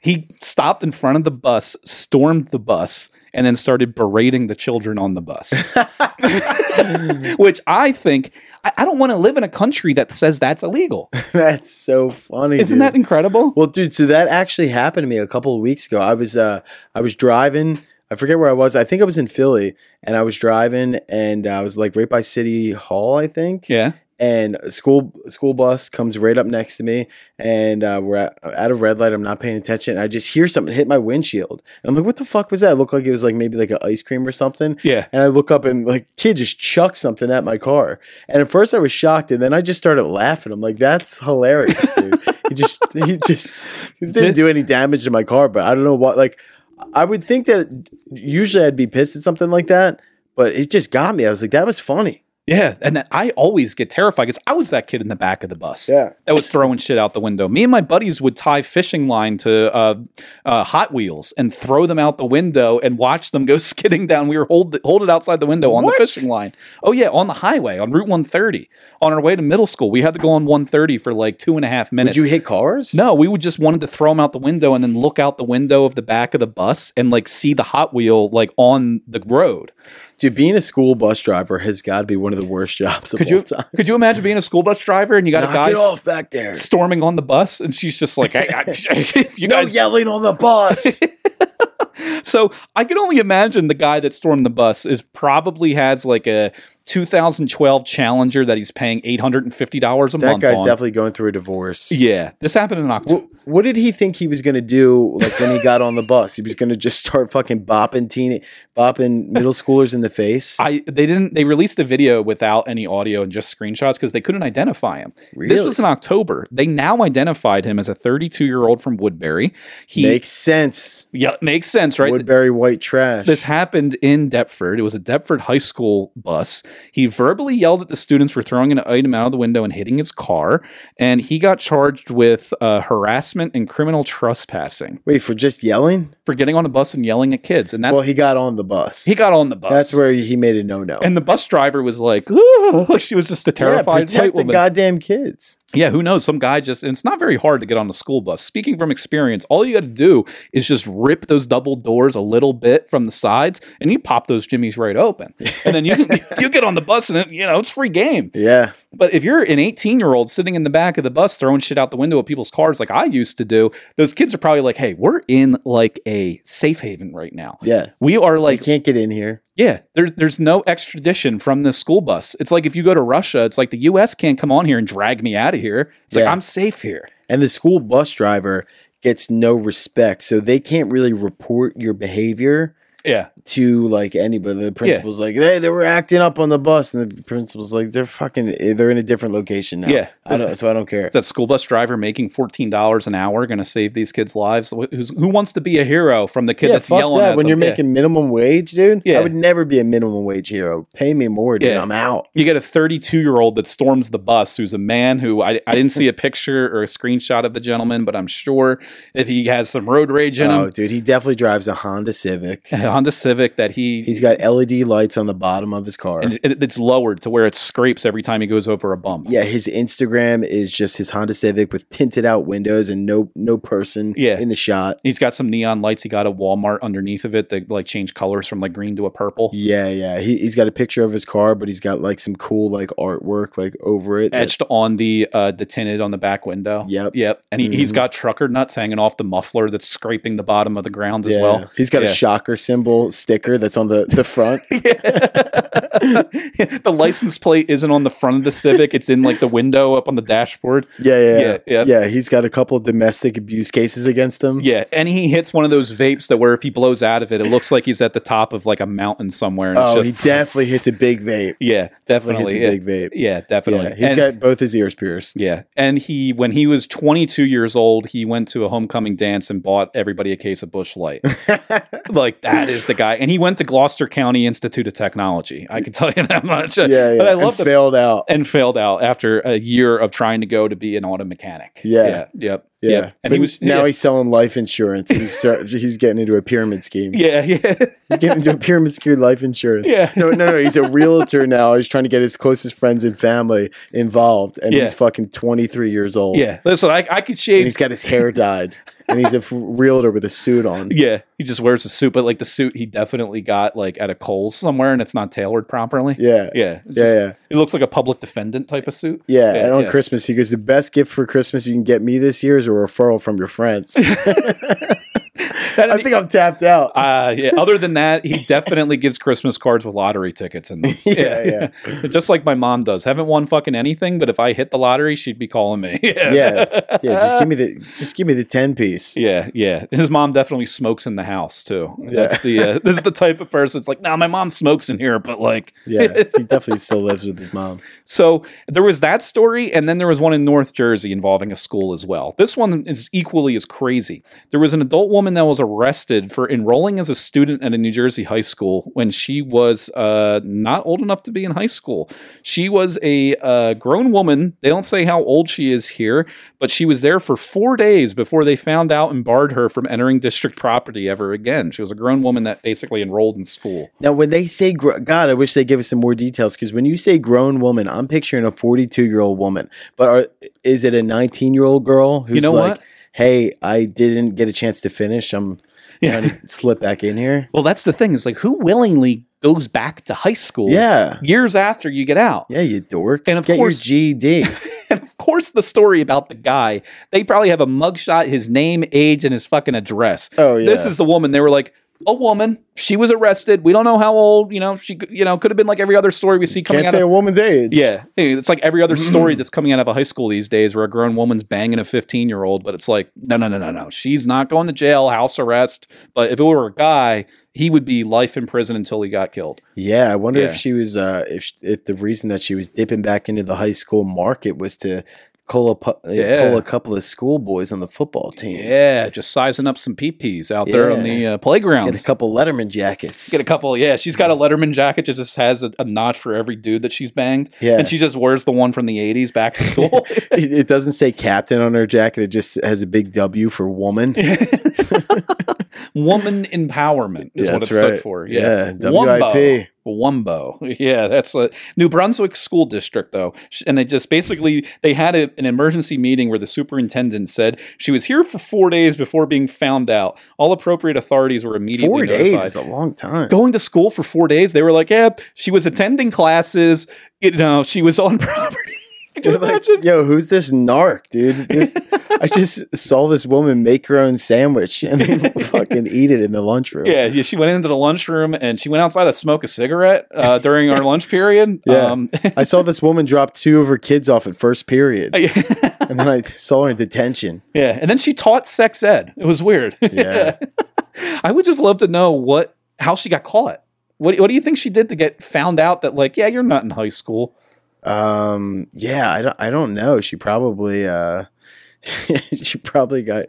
Speaker 1: He stopped in front of the bus, stormed the bus, and then started berating the children on the bus. Which I think, I, I don't want to live in a country that says that's illegal.
Speaker 2: That's so funny.
Speaker 1: Isn't
Speaker 2: dude.
Speaker 1: that incredible?
Speaker 2: Well, dude, so that actually happened to me a couple of weeks ago. I was uh I was driving. I forget where I was. I think I was in Philly, and I was driving, and I was like right by City Hall, I think.
Speaker 1: yeah.
Speaker 2: And a school school bus comes right up next to me, and uh, we're at, at a red light. I'm not paying attention, and I just hear something hit my windshield, and I'm like, "What the fuck was that?" It looked like it was like maybe like an ice cream or something.
Speaker 1: Yeah.
Speaker 2: And I look up and like kid just chucked something at my car. And at first I was shocked, and then I just started laughing. I'm like, that's hilarious,
Speaker 1: <laughs>
Speaker 2: dude. he just he just he didn't do any damage to my car, but I don't know what like I would think that usually I'd be pissed at something like that, but it just got me. I was like, that was funny.
Speaker 1: Yeah. And then I always get terrified because I was that kid in the back of the bus.
Speaker 2: Yeah.
Speaker 1: that was throwing shit out the window. Me and my buddies would tie fishing line to uh, uh, Hot Wheels and throw them out the window and watch them go <laughs> skidding down. We were hold hold it outside the window on
Speaker 2: What?
Speaker 1: the fishing line. Oh yeah, on the highway on Route 130 on our way to middle school. We had to go on 130 for like two and a half minutes.
Speaker 2: Did you hit cars?
Speaker 1: No, we would just wanted to throw them out the window and then look out the window of the back of the bus and like see the Hot Wheel like on the road.
Speaker 2: Dude, being a school bus driver has got to be one of the worst jobs of
Speaker 1: Could
Speaker 2: all
Speaker 1: you
Speaker 2: time.
Speaker 1: could you imagine being a school bus driver and you got
Speaker 2: Knock
Speaker 1: a guy
Speaker 2: it off back there.
Speaker 1: storming on the bus and she's just like, hey, I, <laughs> if you
Speaker 2: No
Speaker 1: guys <laughs>
Speaker 2: yelling on the bus.
Speaker 1: So I can only imagine the guy that stormed the bus is probably has like a 2012 Challenger that he's paying $850 a
Speaker 2: That
Speaker 1: month.
Speaker 2: guy's
Speaker 1: on.
Speaker 2: definitely going through a divorce.
Speaker 1: Yeah, this happened in October.
Speaker 2: What, what did he think he was going to do? Like when he got on the bus, he was going to just start fucking bopping teen, bopping middle schoolers in the face.
Speaker 1: I they didn't they released a video without any audio and just screenshots because they couldn't identify him. This
Speaker 2: Really?
Speaker 1: was in October. They now identified him as a 32 year old from Woodbury. He
Speaker 2: Makes sense.
Speaker 1: yeah makes sense, right?
Speaker 2: Woodbury white trash.
Speaker 1: This happened in Deptford. It was a Deptford high school bus. He verbally yelled at the students for throwing an item out of the window and hitting his car, and he got charged with uh, harassment and criminal trespassing
Speaker 2: Wait for just yelling.
Speaker 1: for getting on a bus and yelling at kids. And that's
Speaker 2: Well,
Speaker 1: he,
Speaker 2: he got on the bus.
Speaker 1: got on the bus.
Speaker 2: That's where he made a no no.
Speaker 1: And the bus driver was like, <laughs> "Ugh," like she was just a
Speaker 2: yeah,
Speaker 1: terrified white
Speaker 2: protect the
Speaker 1: woman.
Speaker 2: goddamn kids.
Speaker 1: Yeah, who knows? Some guy just, and it's not very hard to get on the school bus. Speaking from experience, all you got to do is just rip those double doors a little bit from the sides and you pop those jimmies right open. And then you, you get on the bus and, it, you know, it's free game.
Speaker 2: Yeah,
Speaker 1: But if you're an 18 year old sitting in the back of the bus throwing shit out the window at people's cars like I used to do, those kids are probably like, hey, we're in like a safe haven right now.
Speaker 2: yeah.
Speaker 1: We are
Speaker 2: Like,
Speaker 1: like
Speaker 2: you can't get in here.
Speaker 1: yeah, there's there's no extradition from this school bus. It's like if you go to Russia, it's like the U.S. can't come on here and drag me out of here. It's like
Speaker 2: Yeah.
Speaker 1: I'm safe here.
Speaker 2: And the school bus driver gets no respect, so they can't really report your behavior
Speaker 1: Yeah,
Speaker 2: to like anybody. The principal's like, "Hey, they were acting up on the bus," and the principal's like, "They're fucking. eh, They're in a different location now.
Speaker 1: Yeah.
Speaker 2: I don't, so I don't care."
Speaker 1: is that school bus driver making fourteen dollars an hour going to save these kids' lives? Wh- Who's, who wants to be a hero from the kid
Speaker 2: yeah,
Speaker 1: that's
Speaker 2: fuck
Speaker 1: yelling
Speaker 2: that.
Speaker 1: at
Speaker 2: when
Speaker 1: them?
Speaker 2: you're
Speaker 1: Yeah.
Speaker 2: making minimum wage, dude.
Speaker 1: Yeah.
Speaker 2: I would never be a minimum wage hero. Pay me more, dude.
Speaker 1: Yeah.
Speaker 2: I'm out.
Speaker 1: You get a 32 year old that storms the bus, who's a man who I, I didn't see a picture or a screenshot of the gentleman, but I'm sure if he has some road rage in
Speaker 2: Oh,
Speaker 1: him,
Speaker 2: dude, he definitely drives a Honda
Speaker 1: <laughs>
Speaker 2: Civic.
Speaker 1: a Honda Civic that he
Speaker 2: He's got LED lights on the bottom of his car.
Speaker 1: and it, it's lowered to where it scrapes every time he goes over a bump.
Speaker 2: Yeah, his Instagram is just his Honda Civic with tinted out windows and no no person
Speaker 1: Yeah.
Speaker 2: in the shot.
Speaker 1: He's got some neon lights he got at Walmart underneath of it that like change colors from like green to a purple.
Speaker 2: Yeah, yeah. He, he's got a picture of his car, but he's got like some cool like artwork like over it. that-
Speaker 1: Etched on the uh the tinted on the back window.
Speaker 2: Yep.
Speaker 1: Yep. And he, he's
Speaker 2: Mhm.
Speaker 1: got trucker nuts hanging off the muffler that's scraping the bottom of the ground as
Speaker 2: yeah.
Speaker 1: well.
Speaker 2: He's got
Speaker 1: Yeah.
Speaker 2: a shocker symbol sticker that's on the, the
Speaker 1: <laughs>
Speaker 2: front.
Speaker 1: the license plate isn't on the front of the Civic, it's in like the window up on the dashboard.
Speaker 2: yeah, yeah,
Speaker 1: Yeah,
Speaker 2: yeah,
Speaker 1: yeah.
Speaker 2: yeah. he's got a couple of domestic abuse cases against him.
Speaker 1: Yeah. And he hits one of those vapes that where if he blows out of it, it looks like he's at the top of like a mountain somewhere. And
Speaker 2: Oh,
Speaker 1: it's
Speaker 2: he
Speaker 1: just
Speaker 2: definitely hits a big vape.
Speaker 1: Yeah,
Speaker 2: Definitely
Speaker 1: definitely.
Speaker 2: hits a
Speaker 1: Yeah.
Speaker 2: big vape.
Speaker 1: Yeah, definitely.
Speaker 2: Yeah, he's
Speaker 1: And-
Speaker 2: got both his ears pierced.
Speaker 1: <laughs> Yeah. And he, when he was 22 years old, he went to a homecoming dance and bought everybody a case of
Speaker 2: <laughs>
Speaker 1: Bush Light. like, that is the guy. And he went to Gloucester County Institute of Technology. I can tell you <laughs> that much.
Speaker 2: Yeah, yeah.
Speaker 1: But I
Speaker 2: and
Speaker 1: love the.
Speaker 2: failed out.
Speaker 1: and failed out after a year of trying to go to be an auto mechanic.
Speaker 2: Yeah.
Speaker 1: Yep. Yep.
Speaker 2: Yeah,
Speaker 1: And
Speaker 2: But
Speaker 1: he was
Speaker 2: now
Speaker 1: yeah.
Speaker 2: he's selling life insurance. He's start,
Speaker 1: <laughs>
Speaker 2: he's getting into a pyramid scheme.
Speaker 1: Yeah. <laughs> Yeah.
Speaker 2: He's getting into a pyramid scheme life insurance.
Speaker 1: Yeah.
Speaker 2: No, no, no. He's a realtor now. He's trying to get his closest friends and family involved, and
Speaker 1: Yeah.
Speaker 2: he's fucking twenty three years old.
Speaker 1: Yeah. Listen, I, I could shave.
Speaker 2: and he's got his
Speaker 1: <laughs>
Speaker 2: hair dyed, and he's a f- realtor with a suit on.
Speaker 1: yeah. He just wears a suit, but like the suit he definitely got like at a Kohl's somewhere and it's not tailored properly.
Speaker 2: Yeah, yeah,
Speaker 1: Yeah. It's
Speaker 2: yeah,
Speaker 1: just-
Speaker 2: yeah.
Speaker 1: It looks like a public defendant type of suit. Yeah,
Speaker 2: and on
Speaker 1: yeah.
Speaker 2: Christmas, he goes, "The best gift for Christmas you can get me this year is a referral from your
Speaker 1: <laughs>
Speaker 2: friends." <laughs> I think I'm tapped out.
Speaker 1: Uh, yeah. Other than
Speaker 2: <laughs>
Speaker 1: that, he definitely gives Christmas cards with lottery tickets in them.
Speaker 2: Yeah,
Speaker 1: <laughs> Just like my mom does. Haven't won fucking anything, but if I hit the lottery, she'd be calling me. <laughs> yeah.
Speaker 2: yeah, yeah. Just give me the just give me the ten piece.
Speaker 1: Yeah, yeah. His mom definitely smokes in the house too.
Speaker 2: Yeah.
Speaker 1: That's the uh, <laughs> this is the type of person. It's like, no, my mom smokes in here, but like,
Speaker 2: Yeah, he definitely still lives with his mom.
Speaker 1: So there was that story, and then there was one in North Jersey involving a school as well. This one is equally as crazy. There was an adult woman that was arrested for enrolling as a student at a New Jersey high school when she was uh, not old enough to be in high school. She was a uh, grown woman. They don't say how old she is here, but she was there for four days before they found out and barred her from entering district property ever again. She was a grown woman that basically enrolled in school.
Speaker 2: Now, when they say gr- God, I wish they give us some more details because when you say grown woman, I'm picturing a 42 year old woman. But are, is it a 19 year old girl who's
Speaker 1: know
Speaker 2: like,
Speaker 1: what?
Speaker 2: "Hey, I didn't get a chance to finish. I'm trying
Speaker 1: <laughs>
Speaker 2: to slip back in here."
Speaker 1: Well, that's the thing is like, who willingly goes back to high school?
Speaker 2: Yeah,
Speaker 1: years after you get out.
Speaker 2: yeah, you dork.
Speaker 1: And of
Speaker 2: get
Speaker 1: course-
Speaker 2: your
Speaker 1: <laughs>
Speaker 2: GED.
Speaker 1: And of course, the story about the guy, they probably have a mugshot, his name, age, and his fucking address.
Speaker 2: Oh yeah,
Speaker 1: This is the woman. They were like, a woman. She was arrested. We don't know how old. You know, she could- you know could have been like every other story we see coming
Speaker 2: Can't
Speaker 1: out
Speaker 2: say
Speaker 1: of.
Speaker 2: a Mm-hmm. woman's age.
Speaker 1: <laughs> Yeah, Hey, it's like every other story that's coming out of a high school these days, where a grown woman's banging a fifteen-year-old. But it's like, no, no, no, no, no. She's not going to jail, house arrest. But if it were a guy, he would be life in prison until he got killed.
Speaker 2: Yeah, I wonder
Speaker 1: Yeah.
Speaker 2: if she was uh if, sh- if the reason that she was dipping back into the high school market was to pull a pu-
Speaker 1: Yeah.
Speaker 2: pull a couple of schoolboys on the football team.
Speaker 1: Yeah, just sizing up some peepees out there on
Speaker 2: Yeah.
Speaker 1: the uh, playground.
Speaker 2: Get a couple Letterman jackets.
Speaker 1: Get a couple, yeah. She's got a Letterman jacket. She just has a, a notch for every dude that she's banged,
Speaker 2: yeah.
Speaker 1: and she just wears the one from the '80s back
Speaker 2: <laughs>
Speaker 1: to school.
Speaker 2: it it doesn't say captain on her jacket. It just has a big W for woman.
Speaker 1: Woman empowerment is
Speaker 2: Yeah,
Speaker 1: what it
Speaker 2: that's
Speaker 1: stood
Speaker 2: right.
Speaker 1: for.
Speaker 2: Yeah,
Speaker 1: Yeah,
Speaker 2: WIP.
Speaker 1: Wumbo. <laughs> Wumbo. Yeah, that's a New Brunswick school district though, Sh- and they just basically they had a, an emergency meeting where the superintendent said she was here for four days before being found out. All appropriate authorities were immediately
Speaker 2: Four
Speaker 1: notified.
Speaker 2: days is a long time.
Speaker 1: going to school for four days. They were like, "Yep, she was attending classes. You know, she was on <laughs> property." Could you
Speaker 2: They're like,
Speaker 1: imagine?
Speaker 2: Yo, who's this narc, dude? This, I
Speaker 1: <laughs>
Speaker 2: just saw this woman make her own sandwich and then fucking eat it in the lunchroom.
Speaker 1: Yeah, yeah, she went into the lunchroom and she went outside to smoke a cigarette uh, during our lunch period.
Speaker 2: <laughs> Yeah.
Speaker 1: Um, <laughs>
Speaker 2: I saw this woman drop two of her kids off at first period,
Speaker 1: <laughs> yeah,
Speaker 2: and then I saw her in detention.
Speaker 1: and then she taught sex ed. It was weird.
Speaker 2: Yeah.
Speaker 1: <laughs> I would just love to know what how she got caught. What what do you think she did to get found out that like, yeah, you're not in high school?
Speaker 2: Um, yeah, I don't, I don't know. She probably, uh, <laughs> she probably got.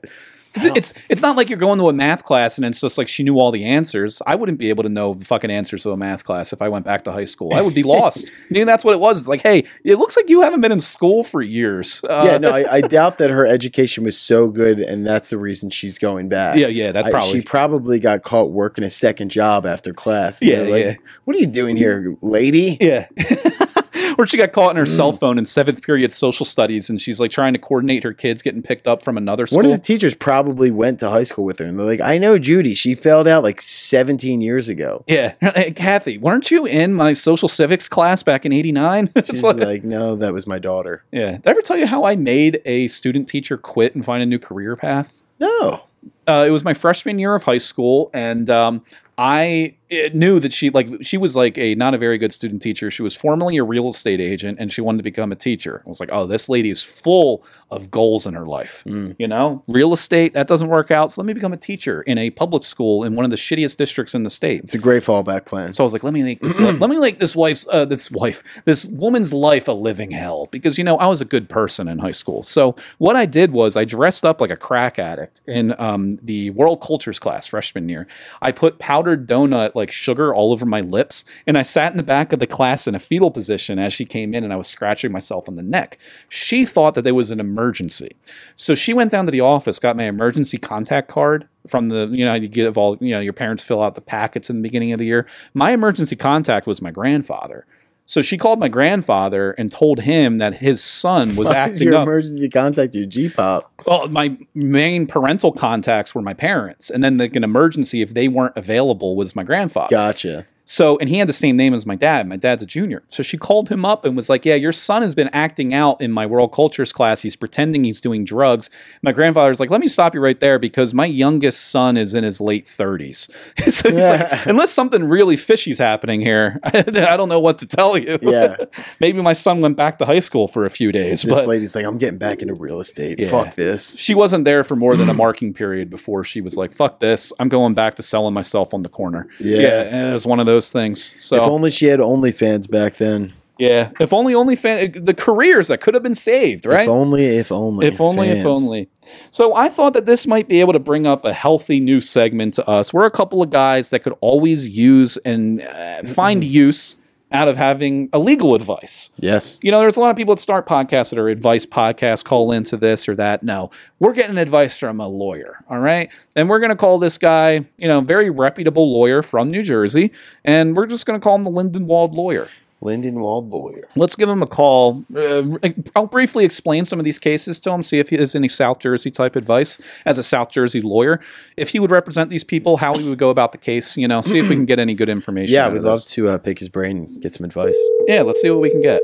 Speaker 1: 'Cause it- it's it's not like you're going to a math class and it's just like she knew all the answers. I wouldn't be able to know the fucking answers to a math class if I went back to high school. I would
Speaker 2: <laughs>
Speaker 1: be lost. Maybe that's what it was. It's like, hey, it looks like you haven't been in school for years. Uh,
Speaker 2: yeah, no, I, I doubt that her education was so good, and that's the reason she's going back.
Speaker 1: yeah, yeah, that's
Speaker 2: I-
Speaker 1: probably
Speaker 2: she probably got caught working a second job after class.
Speaker 1: Yeah,
Speaker 2: They're like,
Speaker 1: yeah.
Speaker 2: What are you doing here, lady?
Speaker 1: <laughs> Yeah. <laughs> or she got caught in her cell
Speaker 2: Mm.
Speaker 1: phone in seventh period social studies and she's like trying to coordinate her kids getting picked up from another
Speaker 2: One of the
Speaker 1: school.
Speaker 2: teachers probably went to high school with her, and they're like, "I know Judy. She failed out like 17 years
Speaker 1: <laughs>
Speaker 2: ago."
Speaker 1: Yeah. Hey, Kathy, weren't you in my social civics class back in <laughs> 89?
Speaker 2: She's like, "No, that was my daughter."
Speaker 1: yeah. Did I ever tell you how I made a student teacher quit and find a new career path?
Speaker 2: No,
Speaker 1: uh, it was my freshman year of high school, and um, I eh, knew that she like she was like a not a very good student teacher. She was formerly a real estate agent, and she wanted to become a teacher. I was like, oh, this lady is full of goals in her life. You know, real estate that doesn't work out, so let me become a teacher in a public school in one of the shittiest districts in the state.
Speaker 2: it's a great fallback plan.
Speaker 1: So I was like, let me make this let me make this wife's uh, this wife this woman's life a living hell because you know I was a good person in high school. So what I did was I dressed up like a crack addict in um, the world cultures class freshman year. I put powdered donut like sugar all over my lips and I sat in the back of the class in a fetal position as she came in and I was scratching myself on the neck. She thought that there was an emergency, so she went down to the office, got my emergency contact card from the you know you give all you know your parents fill out the packets in the beginning of the year my emergency contact was my grandfather so she called my grandfather and told him that his son was
Speaker 2: Why is
Speaker 1: acting
Speaker 2: <laughs> your
Speaker 1: up
Speaker 2: emergency contact your G-pop?
Speaker 1: well my main parental contacts were my parents and then like an emergency if they weren't available was my grandfather
Speaker 2: Gotcha.
Speaker 1: so, and he had the same name as my dad. My dad's a junior. So she called him up and was like, Yeah, your son has been acting out in my world cultures class. He's pretending he's doing drugs. My grandfather's like, Let me stop you right there because my youngest son is in his late 30s. <laughs> so he's
Speaker 2: Yeah.
Speaker 1: like, Unless something really fishy's happening here, <laughs> I don't know what to tell you.
Speaker 2: Yeah.
Speaker 1: <laughs> Maybe my son went back to high school for a few days.
Speaker 2: This
Speaker 1: but
Speaker 2: lady's like, I'm getting back into real estate.
Speaker 1: Yeah.
Speaker 2: Fuck this.
Speaker 1: she wasn't there for more
Speaker 2: <clears throat>
Speaker 1: than a marking period before she was like, Fuck this. I'm going back to selling myself on the corner.
Speaker 2: Yeah.
Speaker 1: it was one of those things. So
Speaker 2: If only she had OnlyFans back then.
Speaker 1: Yeah, if only OnlyFans, the careers that could have been saved, right?
Speaker 2: If only, if only.
Speaker 1: If only, if
Speaker 2: fans.
Speaker 1: only. So I thought that this might be able to bring up a healthy new segment to us. We're a couple of guys that could always use and uh, find
Speaker 2: Mm-hmm.
Speaker 1: use out of having illegal advice.
Speaker 2: Yes.
Speaker 1: You know, there's a lot of people that start podcasts that are advice podcasts, call into this or that. No, we're getting advice from a lawyer. All right. And we're going to call this guy, you know, very reputable lawyer from New Jersey. And we're just going to call him the Lindenwald lawyer.
Speaker 2: Lyndon Wald Boyer.
Speaker 1: Let's give him a call. Uh, I'll briefly explain some of these cases to him, see if he has any South Jersey type advice as a South Jersey lawyer. If he would represent these people, how he would go about the case, you know, see if we can get any good information.
Speaker 2: Yeah,
Speaker 1: out
Speaker 2: we'd
Speaker 1: of
Speaker 2: love
Speaker 1: this.
Speaker 2: to uh, pick his brain, and get some advice.
Speaker 1: Yeah, let's see what we can get.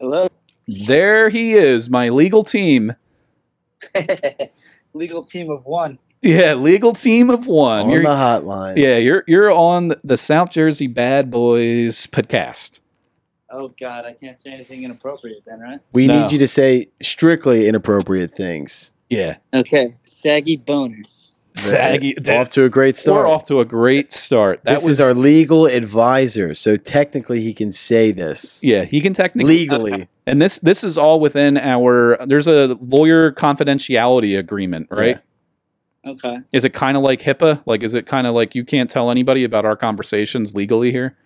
Speaker 3: Hello.
Speaker 1: There he is, my legal team.
Speaker 3: <laughs> legal team of one.
Speaker 1: Yeah, legal team of one.
Speaker 2: on
Speaker 1: You're-
Speaker 2: the hotline.
Speaker 1: Uh, yeah, you're you're on the South Jersey Bad Boys podcast.
Speaker 3: Oh God, I can't say anything inappropriate then, right?
Speaker 2: We
Speaker 1: No.
Speaker 2: need you to say strictly inappropriate things.
Speaker 1: Yeah,
Speaker 3: Okay, saggy boners.
Speaker 1: saggy.
Speaker 2: Off to a great start.
Speaker 1: We're off to a great start. That
Speaker 2: this
Speaker 1: was
Speaker 2: is our legal advisor, so technically he can say this
Speaker 1: yeah. He can technically
Speaker 2: legally.
Speaker 1: and this this is all within our. There's a lawyer confidentiality agreement, right?
Speaker 2: Yeah.
Speaker 3: Okay.
Speaker 1: Is it kind of like HIPAA? Like, is it kind of like you can't tell anybody about our conversations legally here?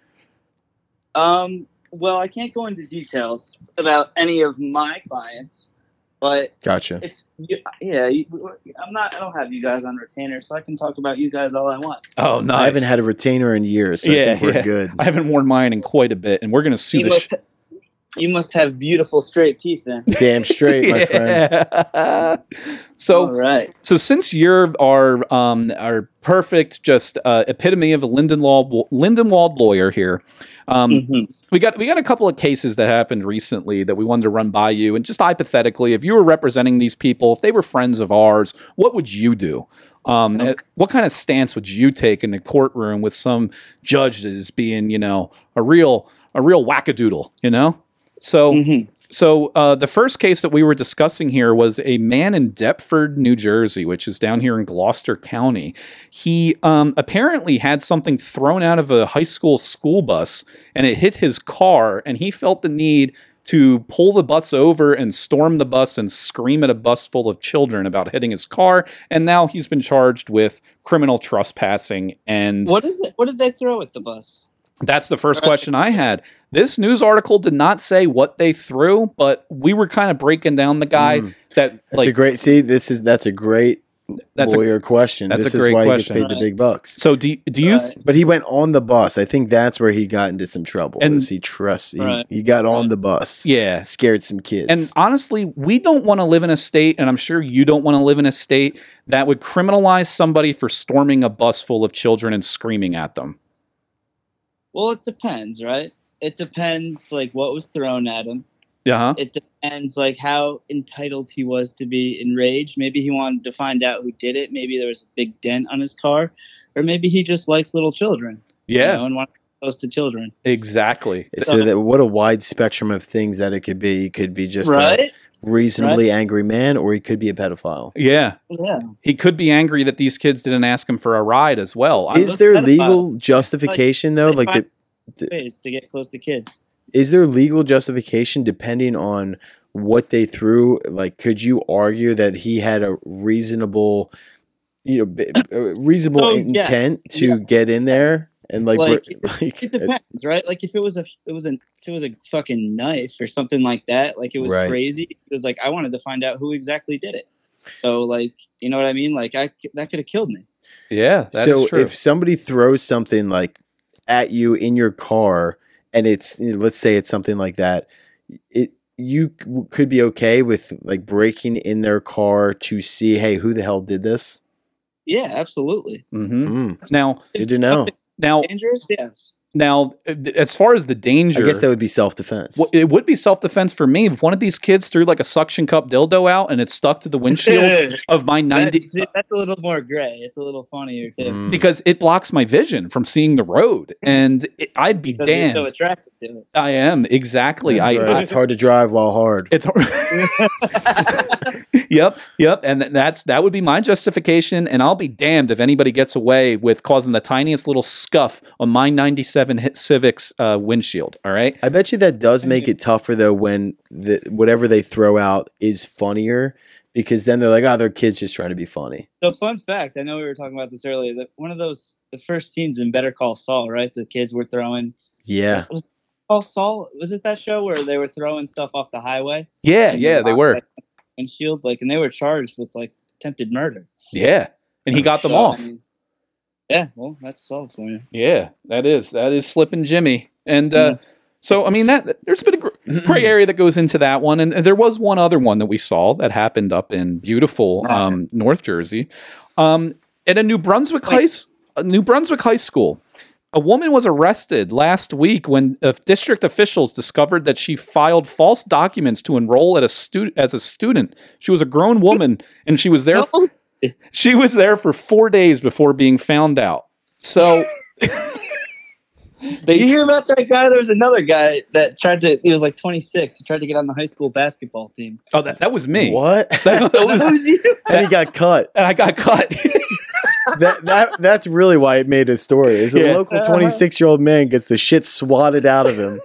Speaker 3: Um. Well, I can't go into details about any of my clients, but
Speaker 2: Gotcha.
Speaker 3: if you, yeah, you, I'm not. I don't have you guys on retainer, so I can talk about you guys all I want.
Speaker 1: Oh, no,
Speaker 2: I haven't had a retainer in years, so I
Speaker 1: Yeah,
Speaker 2: think we're
Speaker 1: yeah.
Speaker 2: good.
Speaker 1: I haven't worn mine in quite a bit, and we're gonna sue
Speaker 3: You
Speaker 1: the. Sh-
Speaker 3: must, you must have beautiful straight teeth then.
Speaker 2: Damn straight,
Speaker 1: <laughs>
Speaker 2: my friend.
Speaker 1: Yeah. so
Speaker 3: all right.
Speaker 1: So since you're our um, our perfect just uh, epitome of a Lindenwald Lindenwald lawyer here, um,
Speaker 3: Mhm.
Speaker 1: we got we got a couple of cases that happened recently that we wanted to run by you. And just hypothetically, if you were representing these people, if they were friends of ours, what would you do? Um,
Speaker 3: Okay.
Speaker 1: uh, What kind of stance would you take in a courtroom with some judges being, you know, a real a real wackadoodle, you know? So.
Speaker 3: Mhm.
Speaker 1: So uh, the first case that we were discussing here was a man in Deptford, New Jersey, which is down here in Gloucester County. He um, apparently had something thrown out of a high school school bus, and it hit his car, and he felt the need to pull the bus over and storm the bus and scream at a bus full of children about hitting his car. And now he's been charged with criminal trespassing and
Speaker 3: What did they, what did they throw at the bus?
Speaker 1: that's the first
Speaker 3: Right.
Speaker 1: question I had. This news article did not say what they threw, but we were kind of breaking down the guy
Speaker 2: Mm.
Speaker 1: that
Speaker 2: That's a
Speaker 1: like
Speaker 2: great. See, this is that's a great
Speaker 1: that's a,
Speaker 2: lawyer question.
Speaker 1: that's a
Speaker 2: this
Speaker 1: great
Speaker 2: is why
Speaker 1: question.
Speaker 2: he gets paid
Speaker 3: Right.
Speaker 2: the big bucks.
Speaker 1: so do do you
Speaker 3: Right.
Speaker 2: But he went on the bus. I think that's where he got into some trouble.
Speaker 1: And-
Speaker 2: is he trust? He,
Speaker 3: Right.
Speaker 2: he got on
Speaker 3: Right.
Speaker 2: the bus.
Speaker 1: yeah.
Speaker 2: scared some kids.
Speaker 1: And honestly, we don't want to live in a state and I'm sure you don't want to live in a state that would criminalize somebody for storming a bus full of children and screaming at them.
Speaker 3: Well, it depends, right? It depends, like what was thrown at him.
Speaker 2: Uh-huh.
Speaker 1: Yeah.
Speaker 3: It depends, like how entitled he was to be enraged. Maybe he wanted to find out who did it. Maybe there was a big dent on his car, or maybe he just likes little children. you
Speaker 1: Yeah,
Speaker 3: know, and wanted to be close to children.
Speaker 1: exactly.
Speaker 3: uh,
Speaker 2: so that what a wide spectrum of things that it could be. He could be just a
Speaker 3: right?
Speaker 2: reasonably angry man, or he could be a pedophile.
Speaker 1: Yeah.
Speaker 3: Yeah.
Speaker 1: He could be angry that these kids didn't ask him for a ride as well. I'm-
Speaker 2: Is there
Speaker 3: pedophile.
Speaker 2: legal justification though?
Speaker 3: they
Speaker 2: Like,
Speaker 3: find-
Speaker 2: the,
Speaker 3: Ways to get close to kids.
Speaker 2: is there legal justification depending on what they threw? Like, could you argue that he had a reasonable, you know, b- a reasonable
Speaker 3: Oh, yes.
Speaker 2: intent to
Speaker 3: Yeah.
Speaker 2: get in there and like,
Speaker 3: Like,
Speaker 2: br- <laughs> like-
Speaker 3: It depends, right? Like if it was a it was an if it was a fucking knife or something like that, like it was
Speaker 2: Right.
Speaker 3: crazy. It was like I wanted to find out who exactly did it. So like, you know what I mean? Like I c- that could have killed me.
Speaker 1: yeah, that's
Speaker 2: so
Speaker 1: true.
Speaker 2: if somebody throws something like at you in your car and it's you know, let's say it's something like that it you c- could be okay with like breaking in their car to see hey who the hell did this
Speaker 3: Yeah, absolutely.
Speaker 1: hmm
Speaker 2: mm,
Speaker 1: Now,
Speaker 2: good to know
Speaker 1: now,
Speaker 3: Dangerous? Yes.
Speaker 1: now, uh, as far as
Speaker 2: i
Speaker 1: the danger,
Speaker 2: guess that would be self-defense
Speaker 1: Well, it would be self defense for me if one of these kids threw like a suction cup dildo out and it stuck to the
Speaker 3: <laughs>
Speaker 1: windshield of my
Speaker 3: That-
Speaker 1: 90
Speaker 3: see, that's a little more gray. It's a little funnier too.
Speaker 2: Mm.
Speaker 1: <laughs> because it blocks my vision from seeing the road. And it, I'd be
Speaker 3: Because you're so
Speaker 1: damned.
Speaker 3: attracted to it.
Speaker 1: I am exactly.
Speaker 2: That's
Speaker 1: I,
Speaker 2: right.
Speaker 1: I
Speaker 2: it's hard to drive while hard
Speaker 1: <laughs> it's hard. <laughs> yep, yep, and th- that's that would be my justification. And I'll be damned if anybody gets away with causing the tiniest little scuff on my '97 hit Civic's uh, windshield. All right,
Speaker 2: I bet you that does make
Speaker 3: Okay.
Speaker 2: it tougher though when the, whatever they throw out is funnier because then they're like, oh, their kid's just trying to be funny.
Speaker 3: So fun fact, I know we were talking about this earlier. That one of those the first scenes in Better Call Saul, right? The kids were throwing.
Speaker 2: Yeah.
Speaker 3: Was, Call Saul was it that show where they were throwing stuff off the highway?
Speaker 1: yeah, yeah, they were,
Speaker 3: And Shield, like, and they were charged with like attempted murder.
Speaker 1: yeah, and he got them
Speaker 3: So,
Speaker 1: off.
Speaker 3: I mean, yeah, well, that's solved for you.
Speaker 1: Yeah, that is that is slipping Jimmy, and uh, so I mean that there's been a gr- gray area that goes into that one, and, and there was one other one that we saw that happened up in beautiful um, North Jersey, um, at a New Brunswick high,
Speaker 3: Wait.
Speaker 1: s- a New Brunswick high school. A woman was arrested last week when uh, district officials discovered that she filed false documents to enroll at a student as a student. She was a grown woman, and she was there.
Speaker 3: No
Speaker 1: She was there for four days before being found out.
Speaker 2: <laughs>
Speaker 1: So
Speaker 3: Did you hear about that guy? There was another guy that tried to. He was like 26. He tried to get on the high school basketball team.
Speaker 1: oh, that, that was me.
Speaker 2: What? <laughs>
Speaker 1: <laughs> That, that was,
Speaker 3: <laughs> That was you.
Speaker 2: and he got cut.
Speaker 1: and I got <laughs> cut.
Speaker 2: That that that's really why it made his story. Is a
Speaker 1: Yeah.
Speaker 2: local 26 year old man gets the shit swatted out of him.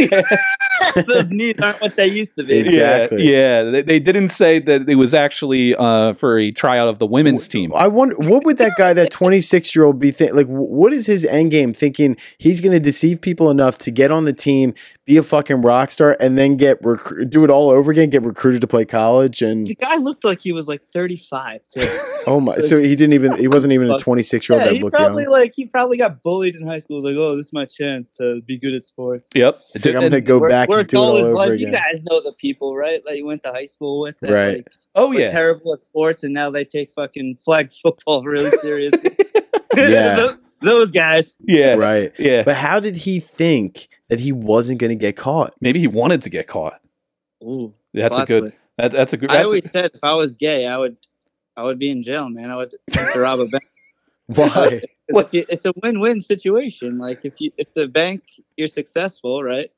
Speaker 3: Those knees aren't what they used to be.
Speaker 2: Exactly.
Speaker 1: Yeah, yeah. They, they didn't say that it was actually uh, for a tryout of the women's team.
Speaker 2: I wonder what would that guy, that 26 year old, be think? Like, wh- what is his end game thinking? He's going to deceive people enough to get on the team, be a fucking rock star, and then get recru- do it all over again, get recruited to play college, and
Speaker 3: The guy looked like he was like
Speaker 2: <laughs>
Speaker 3: 35. too.
Speaker 2: oh my! So he didn't even he wasn't even a 26 year old
Speaker 3: Yeah,
Speaker 2: that
Speaker 3: he
Speaker 2: looked
Speaker 3: probably
Speaker 2: young.
Speaker 3: like he probably got bullied in high school. He was like, oh, this is my chance to be good at sports.
Speaker 1: Yep.
Speaker 2: It's like, I'm
Speaker 1: And-
Speaker 2: going to go
Speaker 3: Worked-
Speaker 2: back and
Speaker 3: worked
Speaker 2: do it all
Speaker 3: his
Speaker 2: over
Speaker 3: life. You
Speaker 2: again.
Speaker 3: guys know the people, right? That you went to high school with. That,
Speaker 2: Right.
Speaker 3: Like,
Speaker 1: oh
Speaker 3: were
Speaker 1: yeah.
Speaker 3: terrible at sports, and now they take fucking flag <laughs> football really seriously.
Speaker 2: <laughs>
Speaker 3: <laughs>
Speaker 2: Yeah.
Speaker 3: Tho- those guys.
Speaker 1: Yeah.
Speaker 2: Right.
Speaker 1: Yeah.
Speaker 2: But how did he think that he wasn't going to get
Speaker 3: <laughs>
Speaker 2: caught?
Speaker 1: Maybe he wanted to get caught.
Speaker 3: Ooh,
Speaker 1: That's a
Speaker 3: lots
Speaker 1: good.
Speaker 3: of-
Speaker 1: That, that's a good.
Speaker 3: I
Speaker 1: That's <laughs>
Speaker 3: always
Speaker 1: a,
Speaker 3: said if I was gay, I would, I would be in jail, man. I would have
Speaker 2: <laughs>
Speaker 3: to rob a bank.
Speaker 2: Why?
Speaker 1: What?
Speaker 3: It's a- It's a win-win situation. Like if you, if the bank, you're successful, right?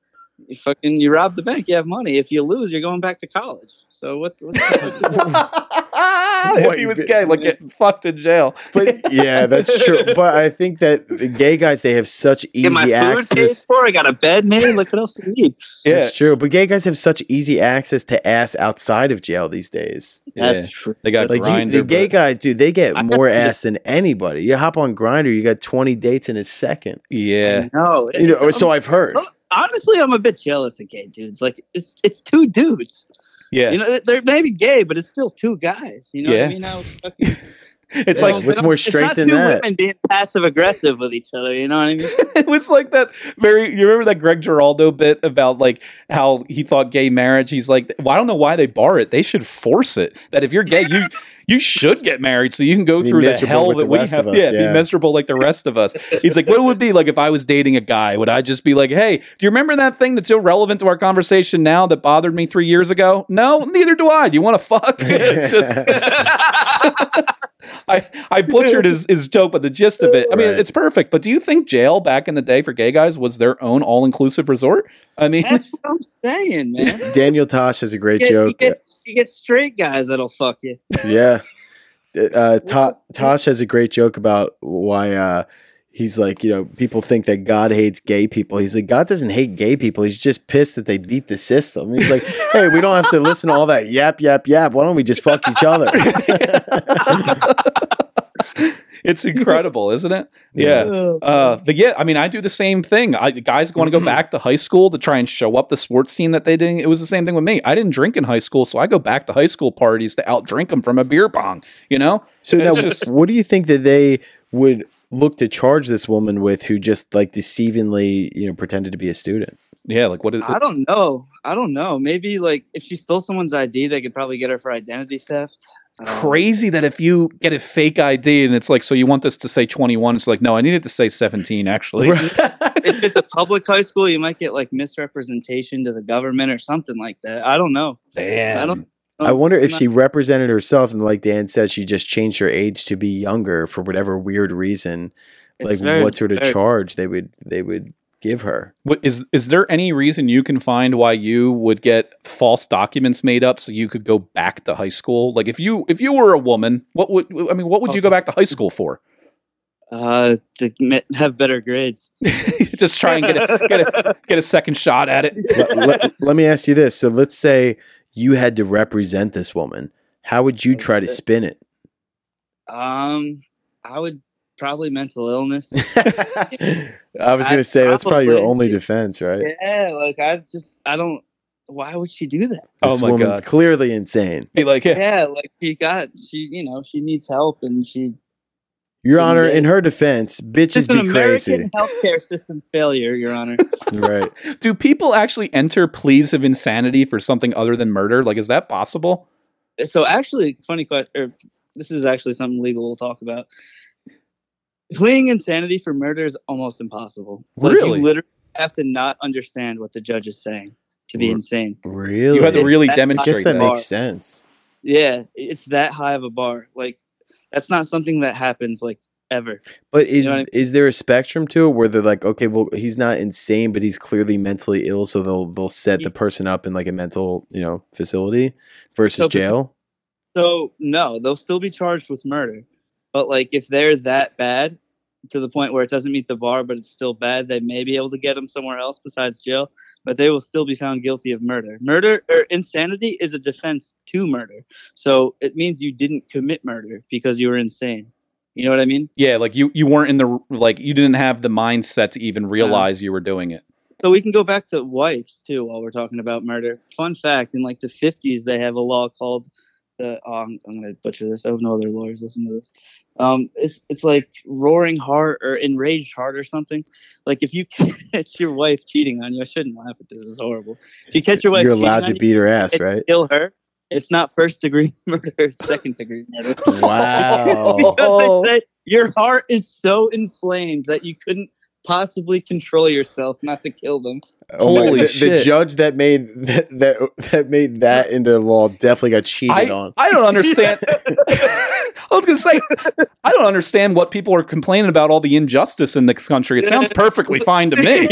Speaker 3: You fucking, you rob the bank, you have money. If you lose, you're going back to college. So what's? what's
Speaker 2: <laughs>
Speaker 1: if he was gay, like getting fucked in jail.
Speaker 2: but
Speaker 1: <laughs>
Speaker 2: yeah, that's <laughs> true. But I think that the gay guys they have such
Speaker 3: Get my
Speaker 2: easy
Speaker 3: food paid
Speaker 2: access.
Speaker 3: for. I got a bed made. Look what else I need.
Speaker 1: Yeah.
Speaker 2: That's true. But gay guys have such easy access to ass outside of jail these days.
Speaker 1: Yeah.
Speaker 3: That's true.
Speaker 1: They got
Speaker 2: Like you,
Speaker 1: grinder.
Speaker 2: the gay
Speaker 1: but-
Speaker 2: guys, dude, they
Speaker 3: I
Speaker 2: get
Speaker 3: guess
Speaker 2: more
Speaker 3: I'm
Speaker 2: ass than anybody. You hop on Grinder, you got twenty dates in a second.
Speaker 1: Yeah.
Speaker 3: No,
Speaker 2: You know, so I've heard.
Speaker 3: honestly, I'm a bit jealous of gay dudes. Like it's it's two dudes.
Speaker 1: Yeah.
Speaker 3: You know, they're maybe gay, but it's still two guys. You know what
Speaker 1: Yeah.
Speaker 3: I mean? I
Speaker 2: <laughs>
Speaker 3: was fucking-
Speaker 1: It's
Speaker 2: Yeah.
Speaker 1: like
Speaker 2: what's
Speaker 3: it's
Speaker 2: more
Speaker 3: not
Speaker 2: straight
Speaker 3: two
Speaker 2: than that?
Speaker 3: Women being passive aggressive with each other. You know what
Speaker 2: <laughs>
Speaker 3: I mean?
Speaker 1: <laughs> it was like that very you remember that Greg Giraldo bit about like how he thought gay marriage he's like well, I don't know why they bar it they should force it that if you're gay you you should get married so you can go
Speaker 2: Be
Speaker 1: through the
Speaker 2: miserable
Speaker 1: hell
Speaker 2: with
Speaker 1: that
Speaker 2: the
Speaker 1: we
Speaker 2: rest
Speaker 1: have
Speaker 2: of us,
Speaker 1: yeah,
Speaker 2: yeah.
Speaker 1: be miserable like the rest of us he's like what it would be like if I was dating a guy would I just be like hey do you remember that thing that's irrelevant to our conversation now that bothered me 3 years ago no neither do I do you want to fuck <laughs>
Speaker 2: <laughs>
Speaker 1: It's just- I, I butchered his, his joke, but the gist of it, I mean,
Speaker 2: Right.
Speaker 1: it's perfect. But do you think jail back in the day for gay guys was their own all inclusive resort? I mean,
Speaker 3: That's what I'm saying, man.
Speaker 2: Daniel Tosh has a great
Speaker 3: You get, you
Speaker 2: joke.
Speaker 3: get you get straight guys that'll fuck you.
Speaker 2: yeah. Uh, Ta- Tosh has a great joke about why uh, he's like, you know, people think that God hates gay people. He's like, God doesn't hate gay people. He's just pissed that they beat the system. He's
Speaker 1: <laughs>
Speaker 2: like, hey, we don't have to listen to all that yap, yap, yap. Why don't we just fuck each
Speaker 1: <laughs>
Speaker 2: other?
Speaker 1: <laughs> it's incredible, isn't it? Yeah. Uh, but yeah, I mean, I do the same thing. I, guys want to
Speaker 3: Mm-hmm.
Speaker 1: go back to high school to try and show up the sports team that they didn't. It was the same thing with me. I didn't drink in high school, so I go back to high school parties to outdrink them from a beer pong, you know?
Speaker 2: so now,
Speaker 1: It's just-
Speaker 2: what do you think that they would look to charge this woman with who just like deceivingly, you know, pretended to be a student?
Speaker 1: Yeah, like what is
Speaker 3: I don't know. I don't know. Maybe like if she stole someone's ID, they could probably get her for identity theft. Um,
Speaker 1: crazy that if you get a fake ID and it's like, so you want this to say 21, it's like, no, I need it to say 17, actually.
Speaker 3: if it's a public high school, you might get like misrepresentation to the government or something like that. I don't know.
Speaker 1: <laughs> Damn.
Speaker 3: I don't.
Speaker 1: Oh,
Speaker 2: I wonder if
Speaker 3: I'm
Speaker 2: she represented herself and, like Dan said, she just changed her age to be younger for whatever weird reason.
Speaker 3: it's
Speaker 2: like
Speaker 3: very-
Speaker 2: what sort of
Speaker 3: very-
Speaker 2: charge they would they would give
Speaker 3: <laughs>
Speaker 2: her.
Speaker 1: What- Is is there any reason you can find why you would get false documents made up so you could go back to high school? Like if you if you were a woman, what would I mean? What would you go back to high school for? <laughs>
Speaker 3: Uh, to me- have better grades.
Speaker 1: Just <laughs> try and get a, get a get a second shot at it.
Speaker 2: let, let- let me ask you this: so let's say you had to represent this woman, how would you try to spin it?
Speaker 3: <laughs>
Speaker 2: <laughs>
Speaker 3: Um, I would probably
Speaker 2: <laughs>
Speaker 3: mental illness.
Speaker 2: I was going to
Speaker 3: I'd
Speaker 2: say that's probably your
Speaker 3: probably-
Speaker 2: only defense, right?
Speaker 3: yeah, like I just I don't. Why would she do that?
Speaker 1: Oh
Speaker 2: This
Speaker 1: my
Speaker 2: woman's
Speaker 1: God.
Speaker 2: clearly insane.
Speaker 1: Be <laughs> like, yeah,
Speaker 3: Yeah, like she got she you know she needs help and she
Speaker 2: Your Honor, in her defense, bitches
Speaker 3: just an
Speaker 2: be
Speaker 3: American
Speaker 2: crazy,
Speaker 3: healthcare system failure, Your Honor.
Speaker 2: right?
Speaker 1: do people actually enter pleas of insanity for something other than murder? Like, is that possible?
Speaker 3: so actually, funny question. Or this is actually something legal we'll talk about. Pleading insanity for murder is almost impossible. you
Speaker 1: Really?
Speaker 3: literally have to not understand what the judge is saying to be
Speaker 2: Re-
Speaker 3: insane.
Speaker 2: Really?
Speaker 1: You have to
Speaker 3: It's
Speaker 1: really
Speaker 3: that- I
Speaker 2: I guess
Speaker 1: demonstrate
Speaker 2: that
Speaker 1: that.
Speaker 3: bar.
Speaker 2: makes sense.
Speaker 3: Yeah, it's that high of a bar. Like That's not something that happens like ever.
Speaker 2: But is
Speaker 3: know what I mean?
Speaker 2: is there a spectrum to it where they're like, okay, well, he's not insane, but he's clearly mentally ill, so they'll they'll set the person up in like a mental, you know, facility versus
Speaker 3: So-
Speaker 2: jail.
Speaker 3: So no, they'll still be charged with murder. But like if they're that bad to the point where it doesn't meet the bar, but it's still bad, they may be able to get them somewhere else besides jail. But they will still be found guilty of murder. Murder or insanity is a defense to murder. So it means you didn't commit murder because you were insane. You know what I mean?
Speaker 1: Yeah, like you you weren't in the like you didn't have the mindset to even realize you were doing it.
Speaker 3: So we can go back to wives too while we're talking about murder. Fun fact: in like the fifties, they have a law called the. Oh, I'm, I'm gonna butcher this. I hope no other lawyers listen to this. Um, it's it's like roaring heart or enraged heart or something. Like if you <laughs> catch your wife cheating on you, I shouldn't laugh at this. This is horrible. If you catch your wife,
Speaker 2: You're
Speaker 3: cheating
Speaker 2: allowed
Speaker 3: on
Speaker 2: to
Speaker 3: you
Speaker 2: beat her ass,
Speaker 3: and <laughs>
Speaker 2: right?
Speaker 3: kill her. It's not first degree <laughs> murder. It's second degree
Speaker 2: <laughs>
Speaker 3: murder. <laughs>
Speaker 2: Wow.
Speaker 3: because they say your heart is so inflamed that you couldn't possibly control yourself not to kill them.
Speaker 2: Oh my-
Speaker 1: Holy
Speaker 2: the, the
Speaker 1: shit.
Speaker 2: judge that made that, that that made that into law definitely got cheated
Speaker 1: I,
Speaker 2: on.
Speaker 1: I don't understand. <laughs> I was gonna say I don't understand what people are complaining about all the injustice in this country. It sounds perfectly fine to <laughs>
Speaker 3: <laughs>
Speaker 1: me.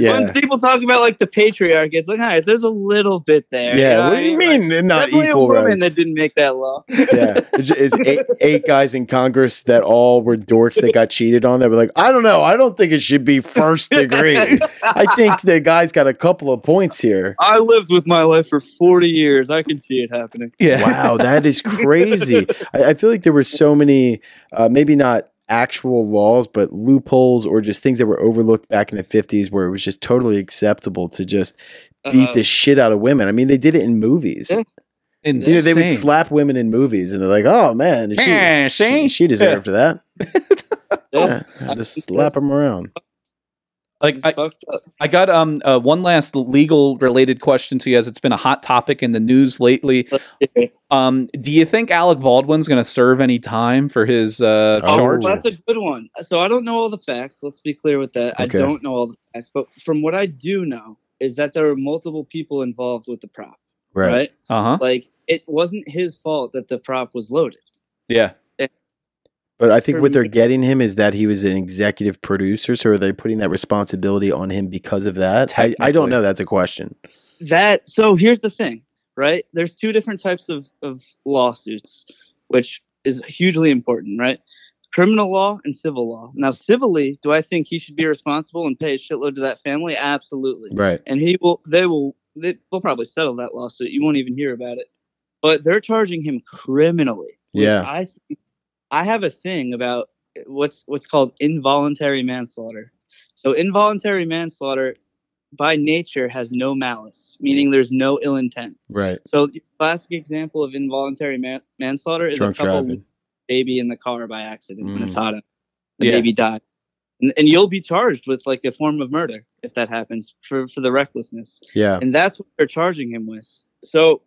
Speaker 2: Yeah.
Speaker 3: When people talk about like the patriarchy, it's like, all right, there's a little bit there.
Speaker 2: yeah,
Speaker 3: know
Speaker 2: what do you
Speaker 3: I Like,
Speaker 2: mean they're not
Speaker 3: definitely
Speaker 2: equal
Speaker 3: a woman
Speaker 2: rights?
Speaker 3: that <laughs> didn't make that law.
Speaker 2: yeah, it's, it's eight, eight guys in Congress that all were dorks that got cheated on. That were like, I don't know, I don't think it should be first
Speaker 3: <laughs>
Speaker 2: degree. I think the guy's got a couple of points here.
Speaker 3: I lived with my life for 40 years. I can see it happening.
Speaker 1: Yeah.
Speaker 2: Wow, that <laughs> is crazy. I, I feel like there were so many, uh, maybe not actual laws, but loopholes or just things that were overlooked back in the 50s where it was just totally acceptable to just beat
Speaker 3: Uh,
Speaker 2: the shit out of women. I mean, they did it in movies.
Speaker 3: Yeah.
Speaker 2: You know, they would
Speaker 1: Insane.
Speaker 2: slap women in movies and they're like, oh man, she,
Speaker 1: Man,
Speaker 2: she,
Speaker 1: Shane.
Speaker 2: she deserved that.
Speaker 3: yeah.
Speaker 2: Yeah, just slap them around.
Speaker 1: Like
Speaker 3: It's
Speaker 1: I,
Speaker 3: fucked up.
Speaker 1: I got um uh, one last legal related question to you, as it's been a hot topic in the news lately. Um, do you think Alec Baldwin's going to serve any time for his uh,
Speaker 2: Oh.
Speaker 1: charge?
Speaker 3: Well, that's a good one. So I don't know all the facts. Let's be clear with that. I
Speaker 2: Okay.
Speaker 3: don't know all the facts, but from what I do know is that there were multiple people involved with the prop,
Speaker 2: Right.
Speaker 3: right?
Speaker 1: Uh huh.
Speaker 3: Like it wasn't his fault that the prop was loaded.
Speaker 1: Yeah.
Speaker 2: But I think
Speaker 3: For
Speaker 2: what they're
Speaker 3: me-
Speaker 2: getting him is that he was an executive producer. So are they putting that responsibility on him because of that? I, I don't
Speaker 1: Technically.
Speaker 2: know. That's a question.
Speaker 3: that so here's the thing right there's two different types of, of lawsuits which is hugely important right criminal law and civil law now civilly do i think he should be responsible and pay a shitload to that family absolutely
Speaker 2: Right.
Speaker 3: and he will they will they, they'll probably settle that lawsuit you won't even hear about it but they're charging him criminally which
Speaker 2: Yeah.
Speaker 3: i think i have a thing about what's what's called involuntary manslaughter so involuntary manslaughter by nature has no malice meaning there's no ill intent
Speaker 2: Right.
Speaker 3: so the classic example of involuntary man- manslaughter is
Speaker 2: Drunk
Speaker 3: a couple
Speaker 2: driving.
Speaker 3: baby in the car by accident when it's
Speaker 2: Mm.
Speaker 3: hot out. The
Speaker 1: Yeah.
Speaker 3: baby died. And, and you'll be charged with like a form of murder if that happens for, for the recklessness.
Speaker 2: Yeah.
Speaker 3: And that's what they're charging him with. So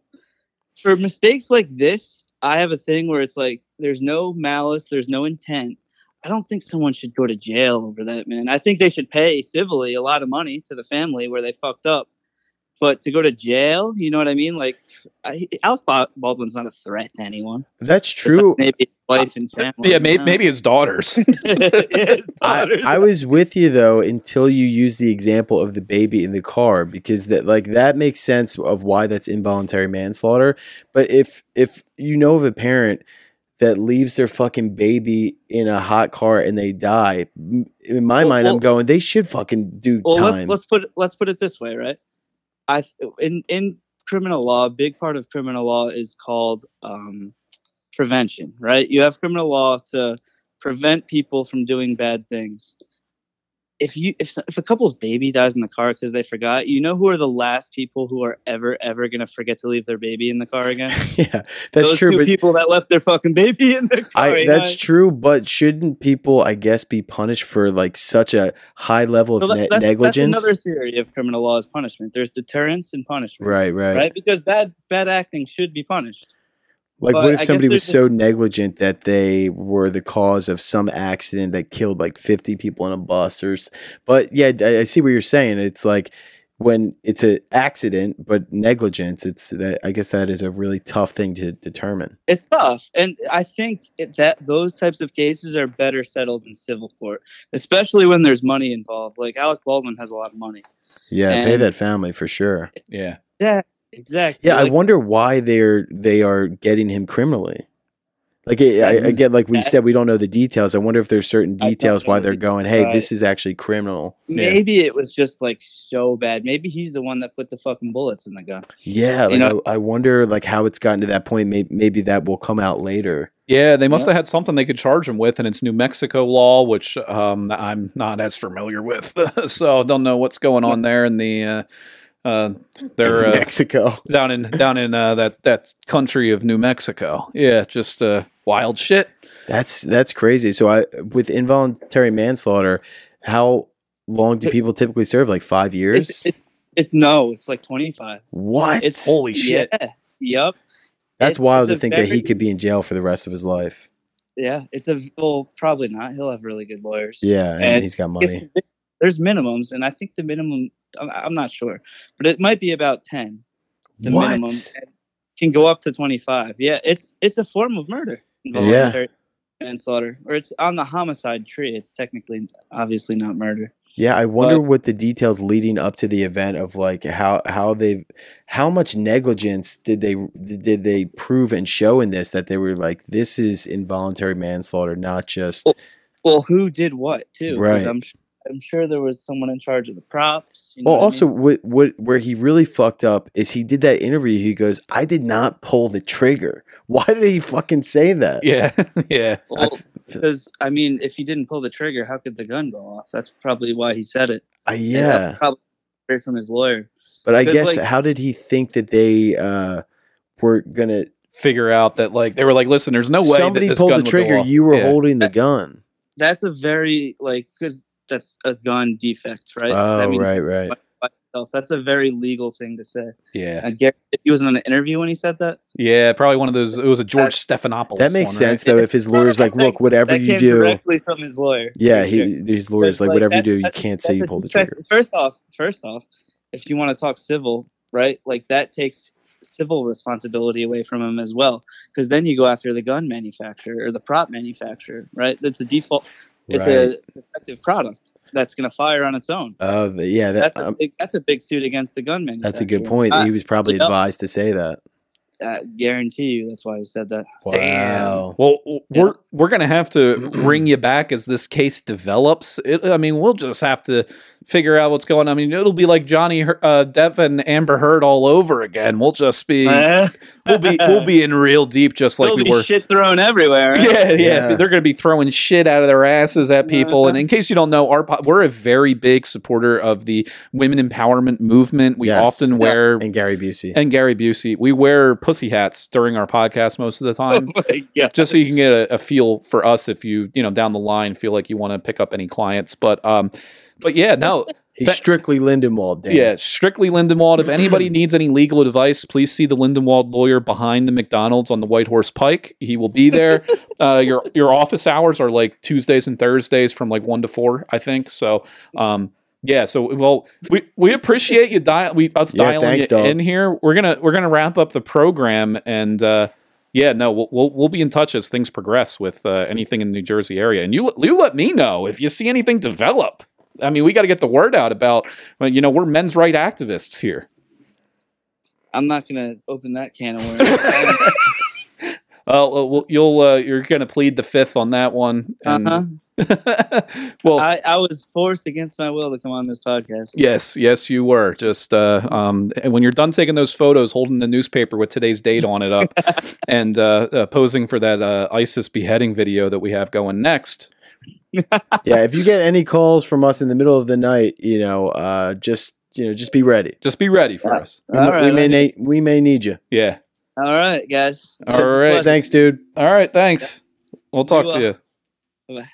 Speaker 3: for mistakes like this, I have a thing where it's like there's no malice, there's no intent. I don't think someone should go to jail over that, man. I think they should pay civilly a lot of money to the family where they fucked up. But to go to jail, you know what I mean? Like, I, Alec Ba- Baldwin's not a threat to anyone.
Speaker 2: That's
Speaker 3: Besides
Speaker 2: true.
Speaker 3: Maybe his wife and family.
Speaker 1: Yeah.
Speaker 3: you
Speaker 1: Maybe,
Speaker 3: know?
Speaker 1: maybe
Speaker 2: <laughs>
Speaker 1: his daughters.
Speaker 3: <laughs> His
Speaker 2: I,
Speaker 3: daughters.
Speaker 2: I was with you though until you used the example of the baby in the car because that like that makes sense of why that's involuntary manslaughter. But if if you know of a parent that leaves their fucking baby in a hot car and they die, m- in my
Speaker 3: Well,
Speaker 2: mind I'm
Speaker 3: well-
Speaker 2: going they should fucking do
Speaker 3: well
Speaker 2: time.
Speaker 3: let's let's put it, let's put it this way right i in in criminal law a big part of criminal law is called um prevention right you have criminal law to prevent people from doing bad things if you if, if a couple's baby dies in the car because they forgot you know who are the last people who are ever ever gonna forget to leave their baby in the car again
Speaker 2: yeah, <laughs> that's
Speaker 3: Those
Speaker 2: true.
Speaker 3: two
Speaker 2: But
Speaker 3: people that left their fucking baby in the car
Speaker 2: I
Speaker 3: you know?
Speaker 2: that's true. But shouldn't people I guess be punished for like such a high level of
Speaker 3: So that-
Speaker 2: ne-
Speaker 3: that's, that's
Speaker 2: negligence?
Speaker 3: another theory of criminal law is punishment there's deterrence and punishment
Speaker 2: right, right.
Speaker 3: right? Because bad bad acting should be punished.
Speaker 2: Like,
Speaker 3: But
Speaker 2: what
Speaker 3: I
Speaker 2: if
Speaker 3: guess
Speaker 2: somebody was
Speaker 3: there's
Speaker 2: so negligent that they were the cause of some accident that killed like 50 people on a bus or, s- but yeah, I, I see what you're saying. It's like when it's an accident but negligence it's that i guess that is a really tough thing to determine
Speaker 3: it's tough and i think it, that those types of cases are better settled in civil court especially when there's money involved like alec baldwin has a lot of money
Speaker 2: yeah
Speaker 3: And-
Speaker 2: pay that family for sure
Speaker 1: Yeah.
Speaker 3: yeah exactly
Speaker 2: yeah
Speaker 3: Like,
Speaker 2: i wonder why they're they are getting him criminally like I, I,
Speaker 3: That is-
Speaker 2: again like we
Speaker 3: that-
Speaker 2: said we don't know the details i wonder if there's certain
Speaker 3: I don't
Speaker 2: details why
Speaker 3: know
Speaker 2: they're
Speaker 3: the-
Speaker 2: going hey
Speaker 3: right.
Speaker 2: this is actually criminal
Speaker 1: yeah.
Speaker 3: maybe it was just like so bad maybe he's the one that put the fucking bullets in the gun
Speaker 2: yeah like,
Speaker 3: You know-
Speaker 2: I, I wonder like how it's gotten to that point maybe, maybe that will come out later
Speaker 1: Yeah, they must
Speaker 3: Yeah.
Speaker 1: have had something they could charge him with, and it's New Mexico law, which um, I'm not as familiar with, <laughs> so don't know what's going on there in the uh, uh, their
Speaker 2: <laughs>
Speaker 1: uh,
Speaker 2: mexico
Speaker 1: down in down in uh, that that country of New Mexico. Yeah, just uh, wild shit.
Speaker 2: That's that's crazy. So I with involuntary manslaughter, how long do
Speaker 3: It-
Speaker 2: people typically serve? Like five years?
Speaker 3: it's, it, it's no it's like 25
Speaker 2: what?
Speaker 3: it's
Speaker 1: Holy shit.
Speaker 3: yeah, yep
Speaker 2: that's
Speaker 3: it's-
Speaker 2: wild
Speaker 3: it's
Speaker 2: to
Speaker 3: a
Speaker 2: think that he
Speaker 3: very-
Speaker 2: could be in jail for the rest of his life.
Speaker 3: yeah it's a well probably not he'll have really good lawyers
Speaker 2: Yeah, and,
Speaker 3: And
Speaker 2: he's got money.
Speaker 3: It's- there's minimums, and I think the minimum I'm, I'm not sure, but it might be about ten. The
Speaker 2: what?
Speaker 3: minimum and can go up to twenty five. Yeah, it's it's a form of murder, involuntary manslaughter, or it's on the homicide tree. It's technically obviously not murder.
Speaker 2: Yeah, I wonder
Speaker 3: But-
Speaker 2: what the details leading up to the event of like how how they how much negligence did they did they prove and show in this that they were like this is involuntary manslaughter, not just
Speaker 3: Well, Well, who did what too? 'Cause
Speaker 2: Right.
Speaker 3: I'm su- I'm sure there was someone in charge of the props. you know
Speaker 2: Well,
Speaker 3: what I
Speaker 2: also,
Speaker 3: mean?
Speaker 2: what, what where he really fucked up is he did that interview. He goes, "I did not pull the trigger." <laughs> Why did he fucking say that?
Speaker 1: <laughs> Yeah, <laughs>
Speaker 2: I,
Speaker 1: yeah,
Speaker 3: Well,
Speaker 2: f- f-
Speaker 3: because I mean, if he didn't pull the trigger, how could the gun go off? That's probably why he said it.
Speaker 2: I-
Speaker 3: And that
Speaker 2: yeah,
Speaker 3: probably straight from his lawyer.
Speaker 2: but I
Speaker 3: 'cause,
Speaker 2: guess
Speaker 3: like-
Speaker 2: how did he think that they uh, were gonna?
Speaker 1: Figure out that like they were like, listen, there's no way
Speaker 2: somebody
Speaker 1: that this
Speaker 2: pulled
Speaker 1: gun
Speaker 2: the
Speaker 1: would go
Speaker 2: trigger.
Speaker 1: off."
Speaker 2: You were
Speaker 1: Yeah.
Speaker 2: holding the
Speaker 3: Uh,
Speaker 2: gun.
Speaker 3: that's a very like because that's a gun defect, right?
Speaker 2: Oh,
Speaker 3: that means
Speaker 2: right, right.
Speaker 3: by itself. That's a very legal thing to say.
Speaker 1: Yeah,
Speaker 3: I guarantee he was in an interview when he said that.
Speaker 1: yeah, probably one of those. It was a George Stephanopoulos.
Speaker 2: That makes
Speaker 1: one, right?
Speaker 2: sense though. If his lawyer's like,
Speaker 3: That-
Speaker 2: "Look, whatever
Speaker 3: that
Speaker 2: you
Speaker 3: came
Speaker 2: do,"
Speaker 3: directly from his lawyer.
Speaker 2: yeah,
Speaker 3: Pretty
Speaker 2: he, his lawyer's
Speaker 3: But,
Speaker 2: like,
Speaker 3: like,
Speaker 2: "Whatever you
Speaker 3: that's-
Speaker 2: do, you
Speaker 3: that's-
Speaker 2: can't
Speaker 3: sure.
Speaker 2: say you
Speaker 3: That's a
Speaker 2: pulled the
Speaker 3: defect-
Speaker 2: trigger."
Speaker 3: First off, first off, if you want to talk civil, right? Like that takes civil responsibility away from him as well, because then you go after the gun manufacturer or the prop manufacturer, right? That's a default. It's
Speaker 2: Right.
Speaker 3: a defective product that's going to fire on its own.
Speaker 2: Oh, the- yeah. That,
Speaker 3: that's a
Speaker 2: um,
Speaker 3: big, that's a big suit against the gun manufacturer.
Speaker 2: that's a good point.
Speaker 3: I,
Speaker 2: he was probably
Speaker 3: yeah.
Speaker 2: advised to say that.
Speaker 3: I guarantee you, that's why he said that.
Speaker 2: Wow.
Speaker 1: Well, w- we're we're gonna have
Speaker 3: <clears throat>
Speaker 1: to ring you back as this case develops. It, I mean, we'll just have to figure out what's going. on. I mean, it'll be like Johnny Her- uh, Depp and Amber Heard all over again. We'll just
Speaker 3: <laughs>
Speaker 1: be we'll be we'll be in real deep, just like
Speaker 3: There'll
Speaker 1: we
Speaker 3: be
Speaker 1: were.
Speaker 3: shit thrown everywhere. <laughs> right?
Speaker 1: <laughs> Yeah,
Speaker 2: <laughs>
Speaker 1: yeah,
Speaker 2: Yeah.
Speaker 1: They're going to be throwing shit out of their asses at people. And in case you don't know, our po- we're a very big supporter of the women empowerment movement. We
Speaker 2: Yes.
Speaker 1: often
Speaker 2: Yeah.
Speaker 1: wear
Speaker 2: And Gary Busey.
Speaker 1: and Gary Busey. We wear pussy hats during our podcast most of the
Speaker 3: Oh
Speaker 1: time
Speaker 3: my god.
Speaker 1: just so you can get a, a feel for us if you you know down the line feel like you want to pick up any clients but um but yeah no
Speaker 2: He's
Speaker 1: But-
Speaker 2: strictly Lindenwald, Dan.
Speaker 1: yeah strictly lindenwald if anybody needs any legal advice please see the lindenwald lawyer behind the mcdonald's on the white horse pike he will be there uh your your office hours are like tuesdays and thursdays from like one to four i think so um yeah, so well, we, we appreciate you dial we us
Speaker 2: Yeah,
Speaker 1: dialing
Speaker 2: thanks,
Speaker 1: you
Speaker 2: dog.
Speaker 1: in here. We're gonna we're gonna wrap up the program and uh, yeah, no, we'll, we'll we'll be in touch as things progress with uh, anything in the New Jersey area, and you you let me know if you see anything develop. I mean, we got to get the word out about well, you know we're men's right activists here.
Speaker 3: I'm not gonna open that can of
Speaker 2: <laughs>
Speaker 3: worms. Uh-huh.
Speaker 1: Uh, well, well, you'll uh, you're gonna plead the fifth on that one. and-
Speaker 3: uh-huh.
Speaker 1: <laughs> well,
Speaker 3: I, I was forced against my will to come on this podcast.
Speaker 1: yes, yes, you were. Just uh, um, and when you're done taking those photos, holding the newspaper with today's date on it up, and uh, uh, posing for that uh, ISIS beheading video that we have going next,
Speaker 2: yeah. If you get any calls from us in the middle of the night, you know, uh, just you know, just be ready.
Speaker 1: just be ready for
Speaker 3: Yeah.
Speaker 1: us.
Speaker 2: We,
Speaker 3: All
Speaker 2: mi- we
Speaker 3: right.
Speaker 2: may na- we may need you.
Speaker 1: Yeah.
Speaker 3: All right, guys.
Speaker 1: All right,
Speaker 3: Pleasure.
Speaker 2: Thanks, dude.
Speaker 1: All right, thanks. We'll talk to
Speaker 3: well.
Speaker 1: you.
Speaker 3: Bye-bye.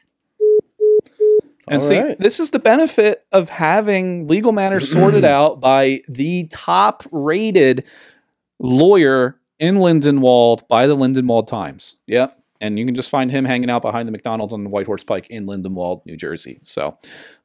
Speaker 1: And
Speaker 2: All
Speaker 1: see,
Speaker 2: right.
Speaker 1: this is the benefit of having legal
Speaker 2: <clears throat>
Speaker 1: matters sorted out by the top rated lawyer in Lindenwald by the Lindenwald Times. Yep. And you can just find him hanging out behind the McDonald's on the White Horse Pike in Lindenwald, New Jersey. So,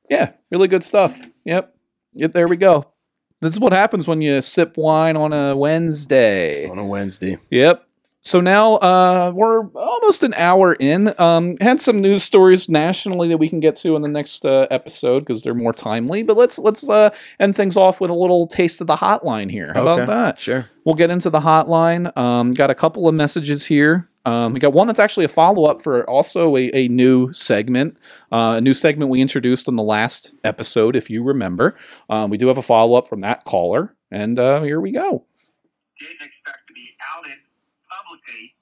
Speaker 1: yeah, really good stuff. Yep. Yep. There we go. This is what happens when you sip wine on a Wednesday.
Speaker 2: on a Wednesday.
Speaker 1: Yep. So now uh, we're almost an hour in. Um, had some news stories nationally that we can get to in the next uh, episode because they're more timely. But let's let's uh, end things off with a little taste of the hotline here. How
Speaker 2: Okay.
Speaker 1: about that?
Speaker 2: Sure.
Speaker 1: We'll get into the hotline. Um, got a couple of messages here. Um, we got one that's actually a follow up for also a, a new segment, uh, a new segment we introduced on the last episode, if you remember. Um, we do have a follow up from that caller, and uh, here we go.
Speaker 4: didn't expect to be outed publicly.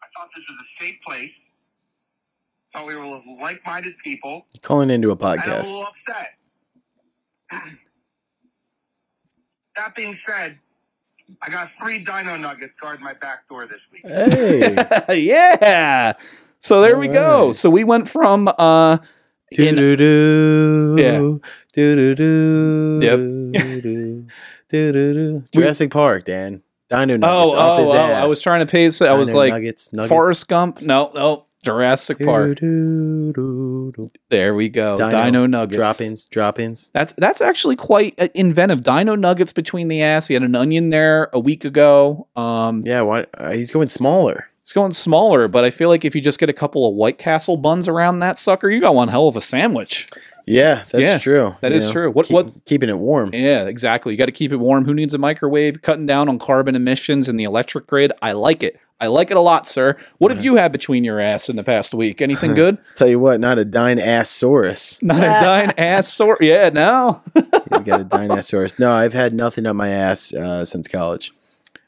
Speaker 4: I thought this was a safe place. Thought we were like minded people.
Speaker 2: Calling into a
Speaker 4: And I'm a
Speaker 2: podcast.
Speaker 4: little upset. <clears throat> that being said, I got three dino nuggets guarding my back door this week.
Speaker 2: <laughs> Hey.
Speaker 1: yeah. So there we go.
Speaker 2: Alright.
Speaker 1: So we went from uh
Speaker 2: Do
Speaker 1: in-
Speaker 2: do do.
Speaker 1: Yeah.
Speaker 2: Do do do.
Speaker 1: Yep.
Speaker 2: do
Speaker 1: <laughs>
Speaker 2: do. Jurassic Park, Dan. Dino Nuggets
Speaker 1: oh
Speaker 2: up his
Speaker 1: oh oh
Speaker 2: ass.
Speaker 1: I was trying to pay so I was
Speaker 2: Dino
Speaker 1: like
Speaker 2: Nuggets, Nuggets.
Speaker 1: Forrest Gump. No, no. Jurassic Park.
Speaker 2: Do, do, do,
Speaker 1: There we go.
Speaker 2: Dino.
Speaker 1: Dino,
Speaker 2: do.
Speaker 1: Nuggets.
Speaker 2: Drop ins, drop ins.
Speaker 1: That's that's actually quite uh, inventive. Dino Nuggets between the ass. He had an onion there a week ago. Um
Speaker 2: Yeah, why, uh, he's going smaller.
Speaker 1: it's going smaller, but I feel like if you just get a couple of White Castle buns around that sucker, you got one hell of a sandwich.
Speaker 2: Yeah, that's
Speaker 1: Yeah,
Speaker 2: true.
Speaker 1: that
Speaker 2: That is
Speaker 1: is true. What- what-
Speaker 2: keeping it warm?
Speaker 1: Yeah, exactly. You got to keep it warm. Who needs a microwave? Cutting down on carbon emissions and the electric grid. I like it. I like it a lot, sir. What have you had between your ass in the past week?
Speaker 2: <laughs>
Speaker 1: Anything good?
Speaker 2: <laughs> Tell you what, not a dine
Speaker 1: <laughs>
Speaker 2: assaurus.
Speaker 1: Not a dine ass sort. Yeah, no.
Speaker 2: You got a dinosaurus. No, I've had nothing up my ass uh, since college.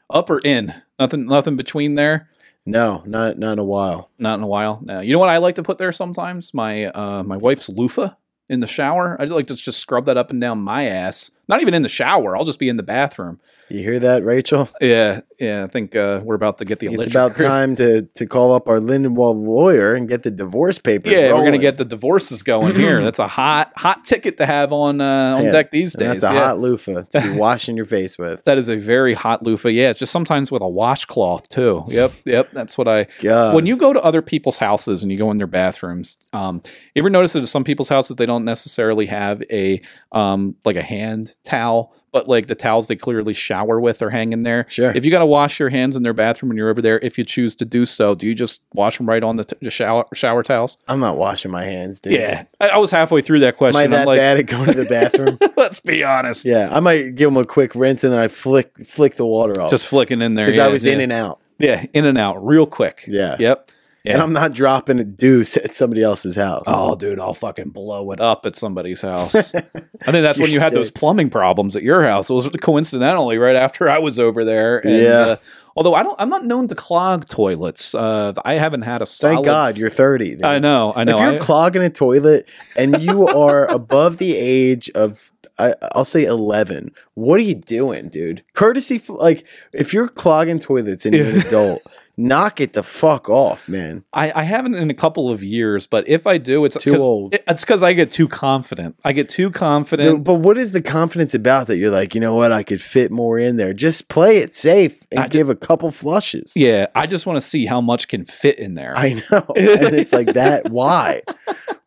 Speaker 1: Up or in? Nothing. Nothing between there.
Speaker 2: No, not not in a while.
Speaker 1: Not in a while. No. You know what I like to put there sometimes? My uh, my wife's loofah in the shower. I just like to just scrub that up and down my ass. Not even in the shower. I'll just be in the bathroom.
Speaker 2: You hear that, Rachel?
Speaker 1: Yeah, yeah. I think uh, we're about to get the
Speaker 2: It's
Speaker 1: electric.
Speaker 2: about
Speaker 1: grid.
Speaker 2: time to to call up our Lindenwald lawyer and get the divorce papers.
Speaker 1: Yeah, we're gonna
Speaker 2: rolling.
Speaker 1: get the divorces going
Speaker 2: <laughs>
Speaker 1: here. That's a hot, hot ticket to have on uh, on
Speaker 2: Yeah,
Speaker 1: deck these
Speaker 2: And
Speaker 1: days.
Speaker 2: that's a
Speaker 1: yeah.
Speaker 2: hot loofah to
Speaker 1: <laughs>
Speaker 2: be washing your face with.
Speaker 1: That is a very hot loofah. Yeah, it's just sometimes with a washcloth too. Yep, yep. That's what I.
Speaker 2: God.
Speaker 1: when you go to other people's houses and you go in their bathrooms, um, you ever notice that at some people's houses they don't necessarily have a um like a hand towel, but like the towels they clearly shower with are hanging there.
Speaker 2: sure.
Speaker 1: If you got to wash your hands in their bathroom when you're over there, if you choose to do so, do you just wash them right on the, t- the shower shower towels?
Speaker 2: I'm not washing my hands, dude.
Speaker 1: Yeah, I, I was halfway through
Speaker 2: Am
Speaker 1: that
Speaker 2: I
Speaker 1: question.
Speaker 2: that
Speaker 1: I'm like,
Speaker 2: bad at going to the bathroom?
Speaker 1: <laughs> let's be honest,
Speaker 2: yeah. I might give them a quick rinse and then I flick flick the water off.
Speaker 1: just flicking in there
Speaker 2: because
Speaker 1: yeah,
Speaker 2: I was
Speaker 1: yeah.
Speaker 2: in and out.
Speaker 1: yeah, in and out real quick.
Speaker 2: Yeah.
Speaker 1: Yep. Yeah.
Speaker 2: And I'm not dropping a deuce at somebody else's house.
Speaker 1: Oh, dude, I'll fucking blow it up at somebody's
Speaker 2: <laughs>
Speaker 1: house. I think that's when
Speaker 2: You're
Speaker 1: you had
Speaker 2: sick.
Speaker 1: those plumbing problems at your house. It was coincidentally right after I was over there. And,
Speaker 2: Yeah.
Speaker 1: Uh, although I don't, I'm not known to clog toilets. Uh, I haven't had a solid.
Speaker 2: Thank God you're 30. dude.
Speaker 1: I know. I know.
Speaker 2: if you're
Speaker 1: I-
Speaker 2: clogging a toilet and you are <laughs> above the age of I, I'll say 11, what are you doing, dude? Courtesy, f- like if you're clogging toilets and you're an
Speaker 1: Yeah.
Speaker 2: adult, knock it the fuck off, man.
Speaker 1: I, I haven't in a couple of years, but if I do, it's
Speaker 2: Too
Speaker 1: 'cause-
Speaker 2: old.
Speaker 1: it- it's because I get too confident. I get too
Speaker 2: No,
Speaker 1: confident.
Speaker 2: but what is the confidence about that? You're like, you know what? I could fit more in there. Just play it safe and
Speaker 1: I ju-
Speaker 2: give a couple flushes.
Speaker 1: yeah, I just want to see how much can fit in there.
Speaker 2: <laughs> I know, and it's like that. Why?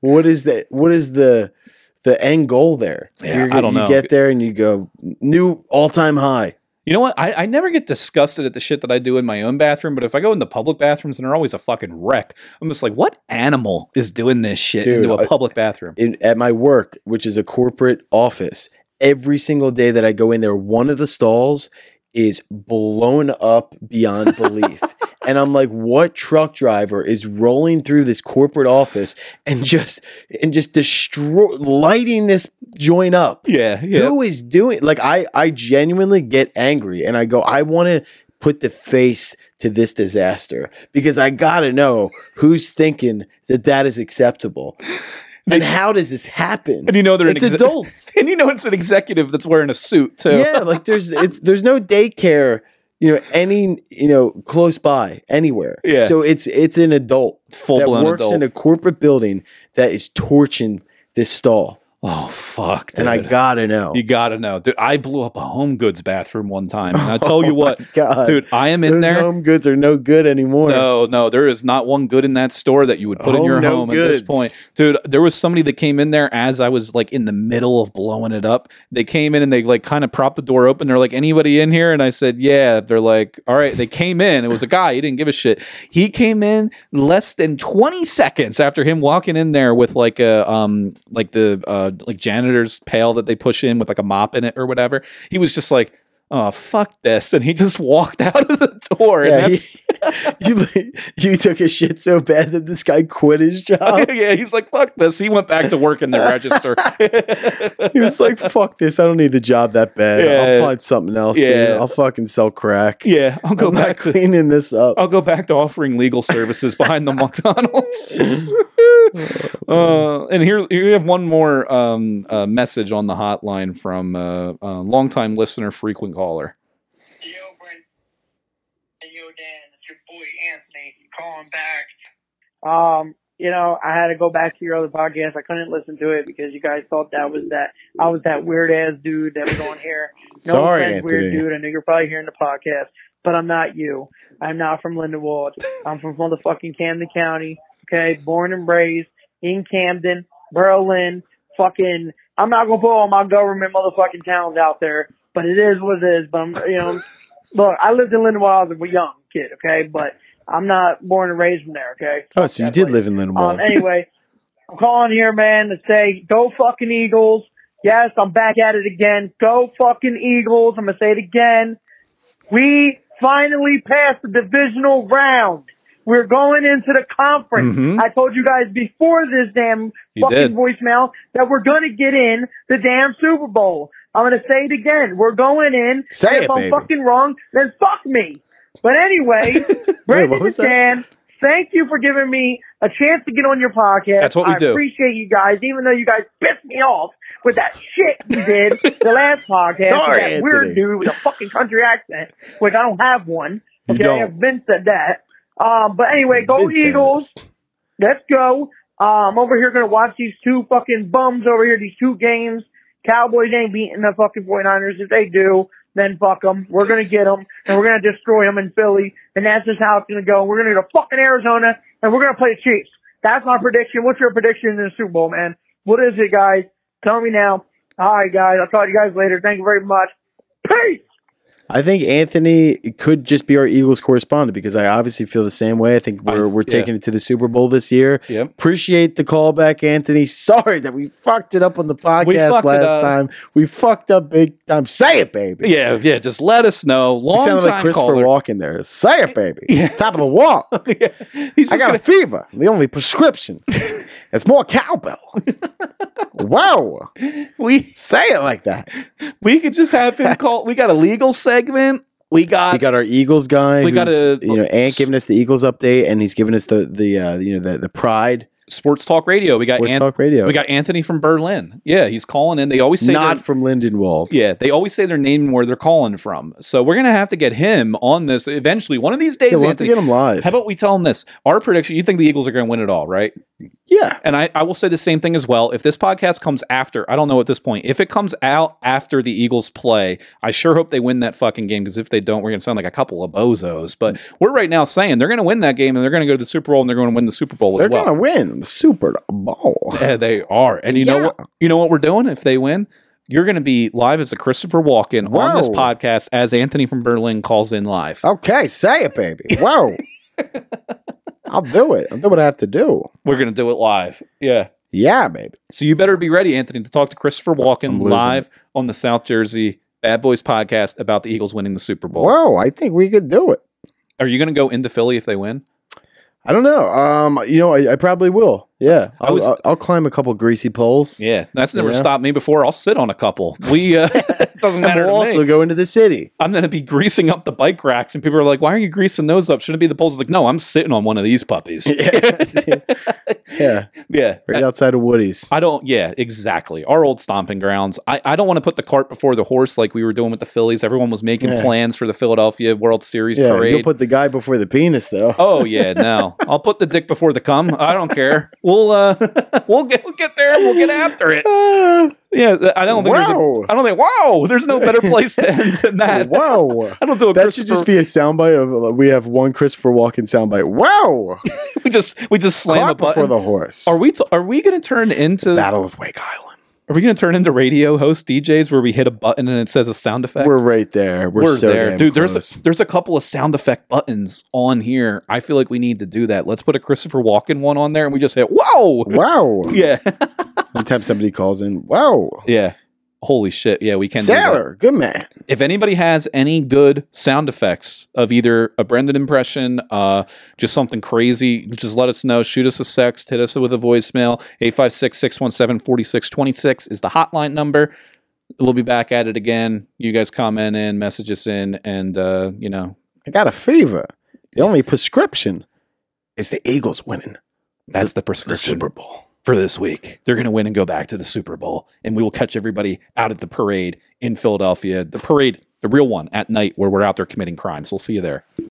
Speaker 2: What is the what is the the end goal there?
Speaker 1: Yeah,
Speaker 2: You're-
Speaker 1: I don't
Speaker 2: you
Speaker 1: know.
Speaker 2: get there and you go new all time high.
Speaker 1: You know what? I, I never get disgusted at the shit that I do in my own bathroom, but if I go into public bathrooms and they're always a fucking wreck, I'm just like, what animal is doing this shit
Speaker 2: Dude,
Speaker 1: into
Speaker 2: I-
Speaker 1: a public bathroom?
Speaker 2: in, at my work, which is a corporate office, every single day that I go in there, one of the stalls is blown up beyond belief. and I'm like, what truck driver is rolling through this corporate office and just and just destroy lighting this joint up?
Speaker 1: Yeah, yeah.
Speaker 2: Who is doing like I I genuinely get angry and I go, I want to put the face to this disaster because I got to know who's thinking that that is acceptable. And how does this happen?
Speaker 1: And you know they're
Speaker 2: it's
Speaker 1: an exe-
Speaker 2: adults.
Speaker 1: <laughs> And you know it's an executive that's wearing a suit too.
Speaker 2: yeah, like there's it's there's no daycare, you know, any you know close by anywhere.
Speaker 1: Yeah.
Speaker 2: So it's it's an adult
Speaker 1: Full
Speaker 2: that
Speaker 1: blown
Speaker 2: works
Speaker 1: adult.
Speaker 2: in a corporate building that is torching this stall.
Speaker 1: Oh fuck!
Speaker 2: and I
Speaker 1: dude.
Speaker 2: gotta know.
Speaker 1: you gotta know, dude. I blew up a Home Goods bathroom one time, <laughs> and I tell you what,
Speaker 2: God,
Speaker 1: dude, I am in
Speaker 2: those
Speaker 1: there.
Speaker 2: home goods are no good anymore.
Speaker 1: No, no, there is not one good in that store that you would put in
Speaker 2: Home
Speaker 1: your
Speaker 2: Oh, no
Speaker 1: home at this
Speaker 2: goods.
Speaker 1: point. Dude, there was somebody that came in there as I was like in the middle of blowing it up. They came in and they like kind of propped the door open. They're like, anybody in here? And I said, yeah. They're like, all right. They came in. It was a guy. He didn't give a shit. He came in less than 20 seconds after him walking in there with like a, um, like the, uh, like janitor's pail that they push in with like a mop in it or whatever. He was just like, oh, fuck this. And he just walked <laughs> out of the door.
Speaker 2: <laughs>
Speaker 1: and
Speaker 2: Yeah,
Speaker 1: that's,
Speaker 2: he- <laughs> you, you took a shit so bad that this guy quit his
Speaker 1: <laughs>
Speaker 2: job.
Speaker 1: yeah, he's like, fuck this. He went back to work in the register.
Speaker 2: He was
Speaker 1: <laughs>
Speaker 2: like, "Fuck this! I don't need the job that bad.
Speaker 1: Yeah.
Speaker 2: I'll find something else,
Speaker 1: Yeah.
Speaker 2: dude. I'll fucking sell crack.
Speaker 1: <laughs> <laughs> yeah, Oh, I'll go
Speaker 2: I'm not
Speaker 1: back to
Speaker 2: cleaning this up."
Speaker 1: I'll go back to offering legal services <laughs> behind the <laughs> McDonald's. uh, and here, here we have one more um, uh, message on the hotline from a uh, uh, longtime listener, frequent caller.
Speaker 4: Yo, Brent. And yo, Dan. It's your boy, Anthony. Calling back.
Speaker 5: Um, you know, I had to go back to your other podcast. I couldn't listen to it because you guys thought that was that I was that weird ass dude that was on here. No
Speaker 2: Sorry,
Speaker 5: offense, weird
Speaker 2: Anthony.
Speaker 5: dude. I know you're probably hearing the podcast, but I'm not you. I'm not from Lindenwood. I'm from motherfucking Camden County. Okay, born and raised in Camden, Berlin. Fucking, I'm not gonna put all my government motherfucking towns out there, but it is what it is. But I'm, you know, <laughs> look, I lived in Lindenwood when I was a young kid. Okay, but I'm not born and raised from there. Okay.
Speaker 2: Oh, so you
Speaker 5: that
Speaker 2: did
Speaker 5: place.
Speaker 2: live in Lindenwood.
Speaker 5: Um, anyway, I'm calling here, man, to say go fucking Eagles. Yes, I'm back at it again. Go fucking Eagles. I'm gonna say it again. We finally passed the divisional round. We're going into the conference.
Speaker 2: Mm-hmm.
Speaker 1: Mhm.
Speaker 5: I told you guys before this damn
Speaker 1: You
Speaker 5: fucking
Speaker 1: did.
Speaker 5: voicemail that we're gonna get in the damn Super Bowl. I'm gonna say it again. We're going in.
Speaker 2: Say
Speaker 5: And
Speaker 2: it,
Speaker 5: if I'm
Speaker 2: baby.
Speaker 5: fucking wrong, then fuck me.
Speaker 2: <laughs>
Speaker 5: But anyway,
Speaker 2: what
Speaker 5: Brandon
Speaker 2: was
Speaker 5: and
Speaker 2: that?
Speaker 5: Dan, thank you for giving me a chance to get on your podcast.
Speaker 1: That's what we
Speaker 5: I
Speaker 1: do.
Speaker 5: appreciate you guys, even though you guys pissed me off with that shit you did
Speaker 1: <laughs>
Speaker 5: the last podcast.
Speaker 2: Sorry,
Speaker 5: that weird
Speaker 2: Anthony.
Speaker 5: dude with a fucking country accent, which I don't have one.
Speaker 1: You
Speaker 5: Okay,
Speaker 1: don't.
Speaker 5: Vince said that. Um, but anyway, go
Speaker 2: Vince said
Speaker 5: Eagles.
Speaker 2: this.
Speaker 5: Let's go. Uh, I'm over here going to watch these two fucking bums over here, these two games. Cowboys ain't beating the fucking 49ers. If they do, then fuck them. We're going to get them, and we're going to destroy them in Philly, and that's just how it's going to go. We're going to go to fucking Arizona, and we're going to play the Chiefs. That's my prediction. What's your prediction in the Super Bowl, man? What is it, guys? Tell me now. All right, guys. I'll talk to you guys later. Thank you very much. Peace!
Speaker 2: I think Anthony could just be our Eagles correspondent because I obviously feel the same way. I think
Speaker 1: I-
Speaker 2: we're we're
Speaker 1: yeah.
Speaker 2: taking it to the Super Bowl this year.
Speaker 1: Yep.
Speaker 2: Appreciate the callback, Anthony. <laughs> Sorry that we fucked it up on the podcast
Speaker 1: fucked it
Speaker 2: last
Speaker 1: up.
Speaker 2: time. We fucked up big time. Say it, baby.
Speaker 1: Yeah, yeah. Just let us know.
Speaker 2: You
Speaker 1: Long
Speaker 2: sounded
Speaker 1: time
Speaker 2: like Christopher
Speaker 1: caller.
Speaker 2: Walken there. Say it, baby.
Speaker 1: <laughs> Yeah.
Speaker 2: Top of the wall.
Speaker 1: <laughs> yeah. He's
Speaker 2: I got a
Speaker 1: just gonna,
Speaker 2: fever. The only
Speaker 1: <laughs>
Speaker 2: prescription. It's more cowbell. Whoa.
Speaker 1: we
Speaker 2: Say it like that.
Speaker 1: we could just have <laughs> him call. We got a legal segment. We got
Speaker 2: we got our Eagles guy.
Speaker 1: we
Speaker 2: who's,
Speaker 1: got a-
Speaker 2: you know Ant giving us the Eagles update, and he's giving us the the uh, you know the the pride.
Speaker 1: sports talk radio. We got
Speaker 2: Sports
Speaker 1: Ant-
Speaker 2: Talk Radio.
Speaker 1: We got Anthony from Berlin. Yeah, he's calling in. They always say
Speaker 2: not
Speaker 1: their,
Speaker 2: from Lindenwald.
Speaker 1: yeah, they always say their name and where they're calling from. So we're gonna have to get him on this eventually. One of these days,
Speaker 2: Yeah, we'll have to
Speaker 1: Anthony.
Speaker 2: get him live.
Speaker 1: How about we tell him this? Our prediction. You think the Eagles are gonna win it all, right?
Speaker 2: yeah,
Speaker 1: And I, I will say the same thing as well. If this podcast comes after, I don't know at this point. If it comes out after the Eagles play, I sure hope they win that fucking game because if they don't, we're going to sound like a couple of bozos. But we're right now saying they're going to win that game and they're going to go to the Super Bowl and they're going to win the Super Bowl
Speaker 2: they're
Speaker 1: as well.
Speaker 2: gonna win the Super Bowl.
Speaker 1: <laughs> Yeah, they are. And you know
Speaker 2: Yeah.
Speaker 1: what? You know what we're doing if they win? You're going to be live as a Christopher Walken on this
Speaker 2: Whoa.
Speaker 1: podcast as Anthony from Berlin calls in live.
Speaker 2: Okay, say it, baby.
Speaker 1: <laughs>
Speaker 2: Whoa, I'll do it. I'll do what I have to do.
Speaker 1: We're going to do it live. Yeah.
Speaker 2: Yeah, baby.
Speaker 1: So you better be ready, Anthony, to talk to Christopher
Speaker 2: I'm
Speaker 1: Walken
Speaker 2: losing
Speaker 1: live on the South Jersey Bad Boys podcast about the Eagles winning the Super Bowl.
Speaker 2: Whoa, I think we could do it.
Speaker 1: Are you going to go into Philly if they win?
Speaker 2: I don't know. Um, you know, I, I probably will. Yeah,
Speaker 1: I
Speaker 2: I'll,
Speaker 1: was-
Speaker 2: I'll, I'll climb a couple greasy poles.
Speaker 1: Yeah, that's never
Speaker 2: Yeah.
Speaker 1: stopped me before. I'll sit on a couple. We uh, it <laughs> doesn't
Speaker 2: And
Speaker 1: matter.
Speaker 2: we'll
Speaker 1: to me.
Speaker 2: also go into the city.
Speaker 1: I'm going to be greasing up the bike racks, and people are like, "Why are you greasing those up? Shouldn't it be the poles?" Like, no, I'm sitting on one of these puppies.
Speaker 2: yeah,
Speaker 1: <laughs> yeah,
Speaker 2: right outside of Woody's.
Speaker 1: I don't. Yeah, exactly. Our old stomping grounds. I, I don't want to put the cart before the horse like we were doing with the Phillies. Everyone was making
Speaker 2: Yeah.
Speaker 1: plans for the Philadelphia World Series
Speaker 2: yeah,
Speaker 1: parade.
Speaker 2: you'll put the guy before the penis, though.
Speaker 1: oh yeah, no. I'll put the dick before the cum. I don't care. We'll we'll uh, <laughs> we'll get we'll get there. and We'll get after it.
Speaker 2: <laughs>
Speaker 1: Yeah, th- I don't think there's
Speaker 2: Wow.
Speaker 1: a, I don't think wow. There's no better place to end than
Speaker 2: <laughs>
Speaker 1: that. <laughs>
Speaker 2: Wow.
Speaker 1: I don't do a
Speaker 2: That should just
Speaker 1: Christopher-
Speaker 2: be a soundbite of like, we have one Christopher Walken soundbite. Wow!
Speaker 1: we just we just slam a
Speaker 2: Clap before
Speaker 1: button.
Speaker 2: the horse.
Speaker 1: are we t- are we going to turn into
Speaker 2: Battle of Wake Island?
Speaker 1: are we going to turn into radio host DJs where we hit a button and it says a sound effect?
Speaker 2: We're right there. We're, so damn
Speaker 1: dude. There's
Speaker 2: close. <laughs>
Speaker 1: a, there's a couple of sound effect buttons on here. I feel like we need to do that. Let's put a Christopher Walken one on there and we just hit whoa.
Speaker 2: wow. <laughs>
Speaker 1: Yeah,
Speaker 2: One time somebody calls in. Wow.
Speaker 1: yeah. Holy shit! Yeah, we can. do that.
Speaker 2: Sailor, good man.
Speaker 1: if anybody has any good sound effects of either a Brendan impression, uh, just something crazy, just let us know. Shoot us a sext, hit us with a voicemail. 856 617 4626 is the hotline number. We'll be back at it again. You guys comment in, message us in, and, uh, you know,
Speaker 2: I got a fever. The only prescription is the Eagles winning
Speaker 1: that's the
Speaker 2: the
Speaker 1: prescription
Speaker 2: Super Bowl.
Speaker 1: for this week. They're going to win and go back to the Super Bowl, and we will catch everybody out at the parade in Philadelphia. The parade, the real one at night where we're out there committing crimes. We'll see you there.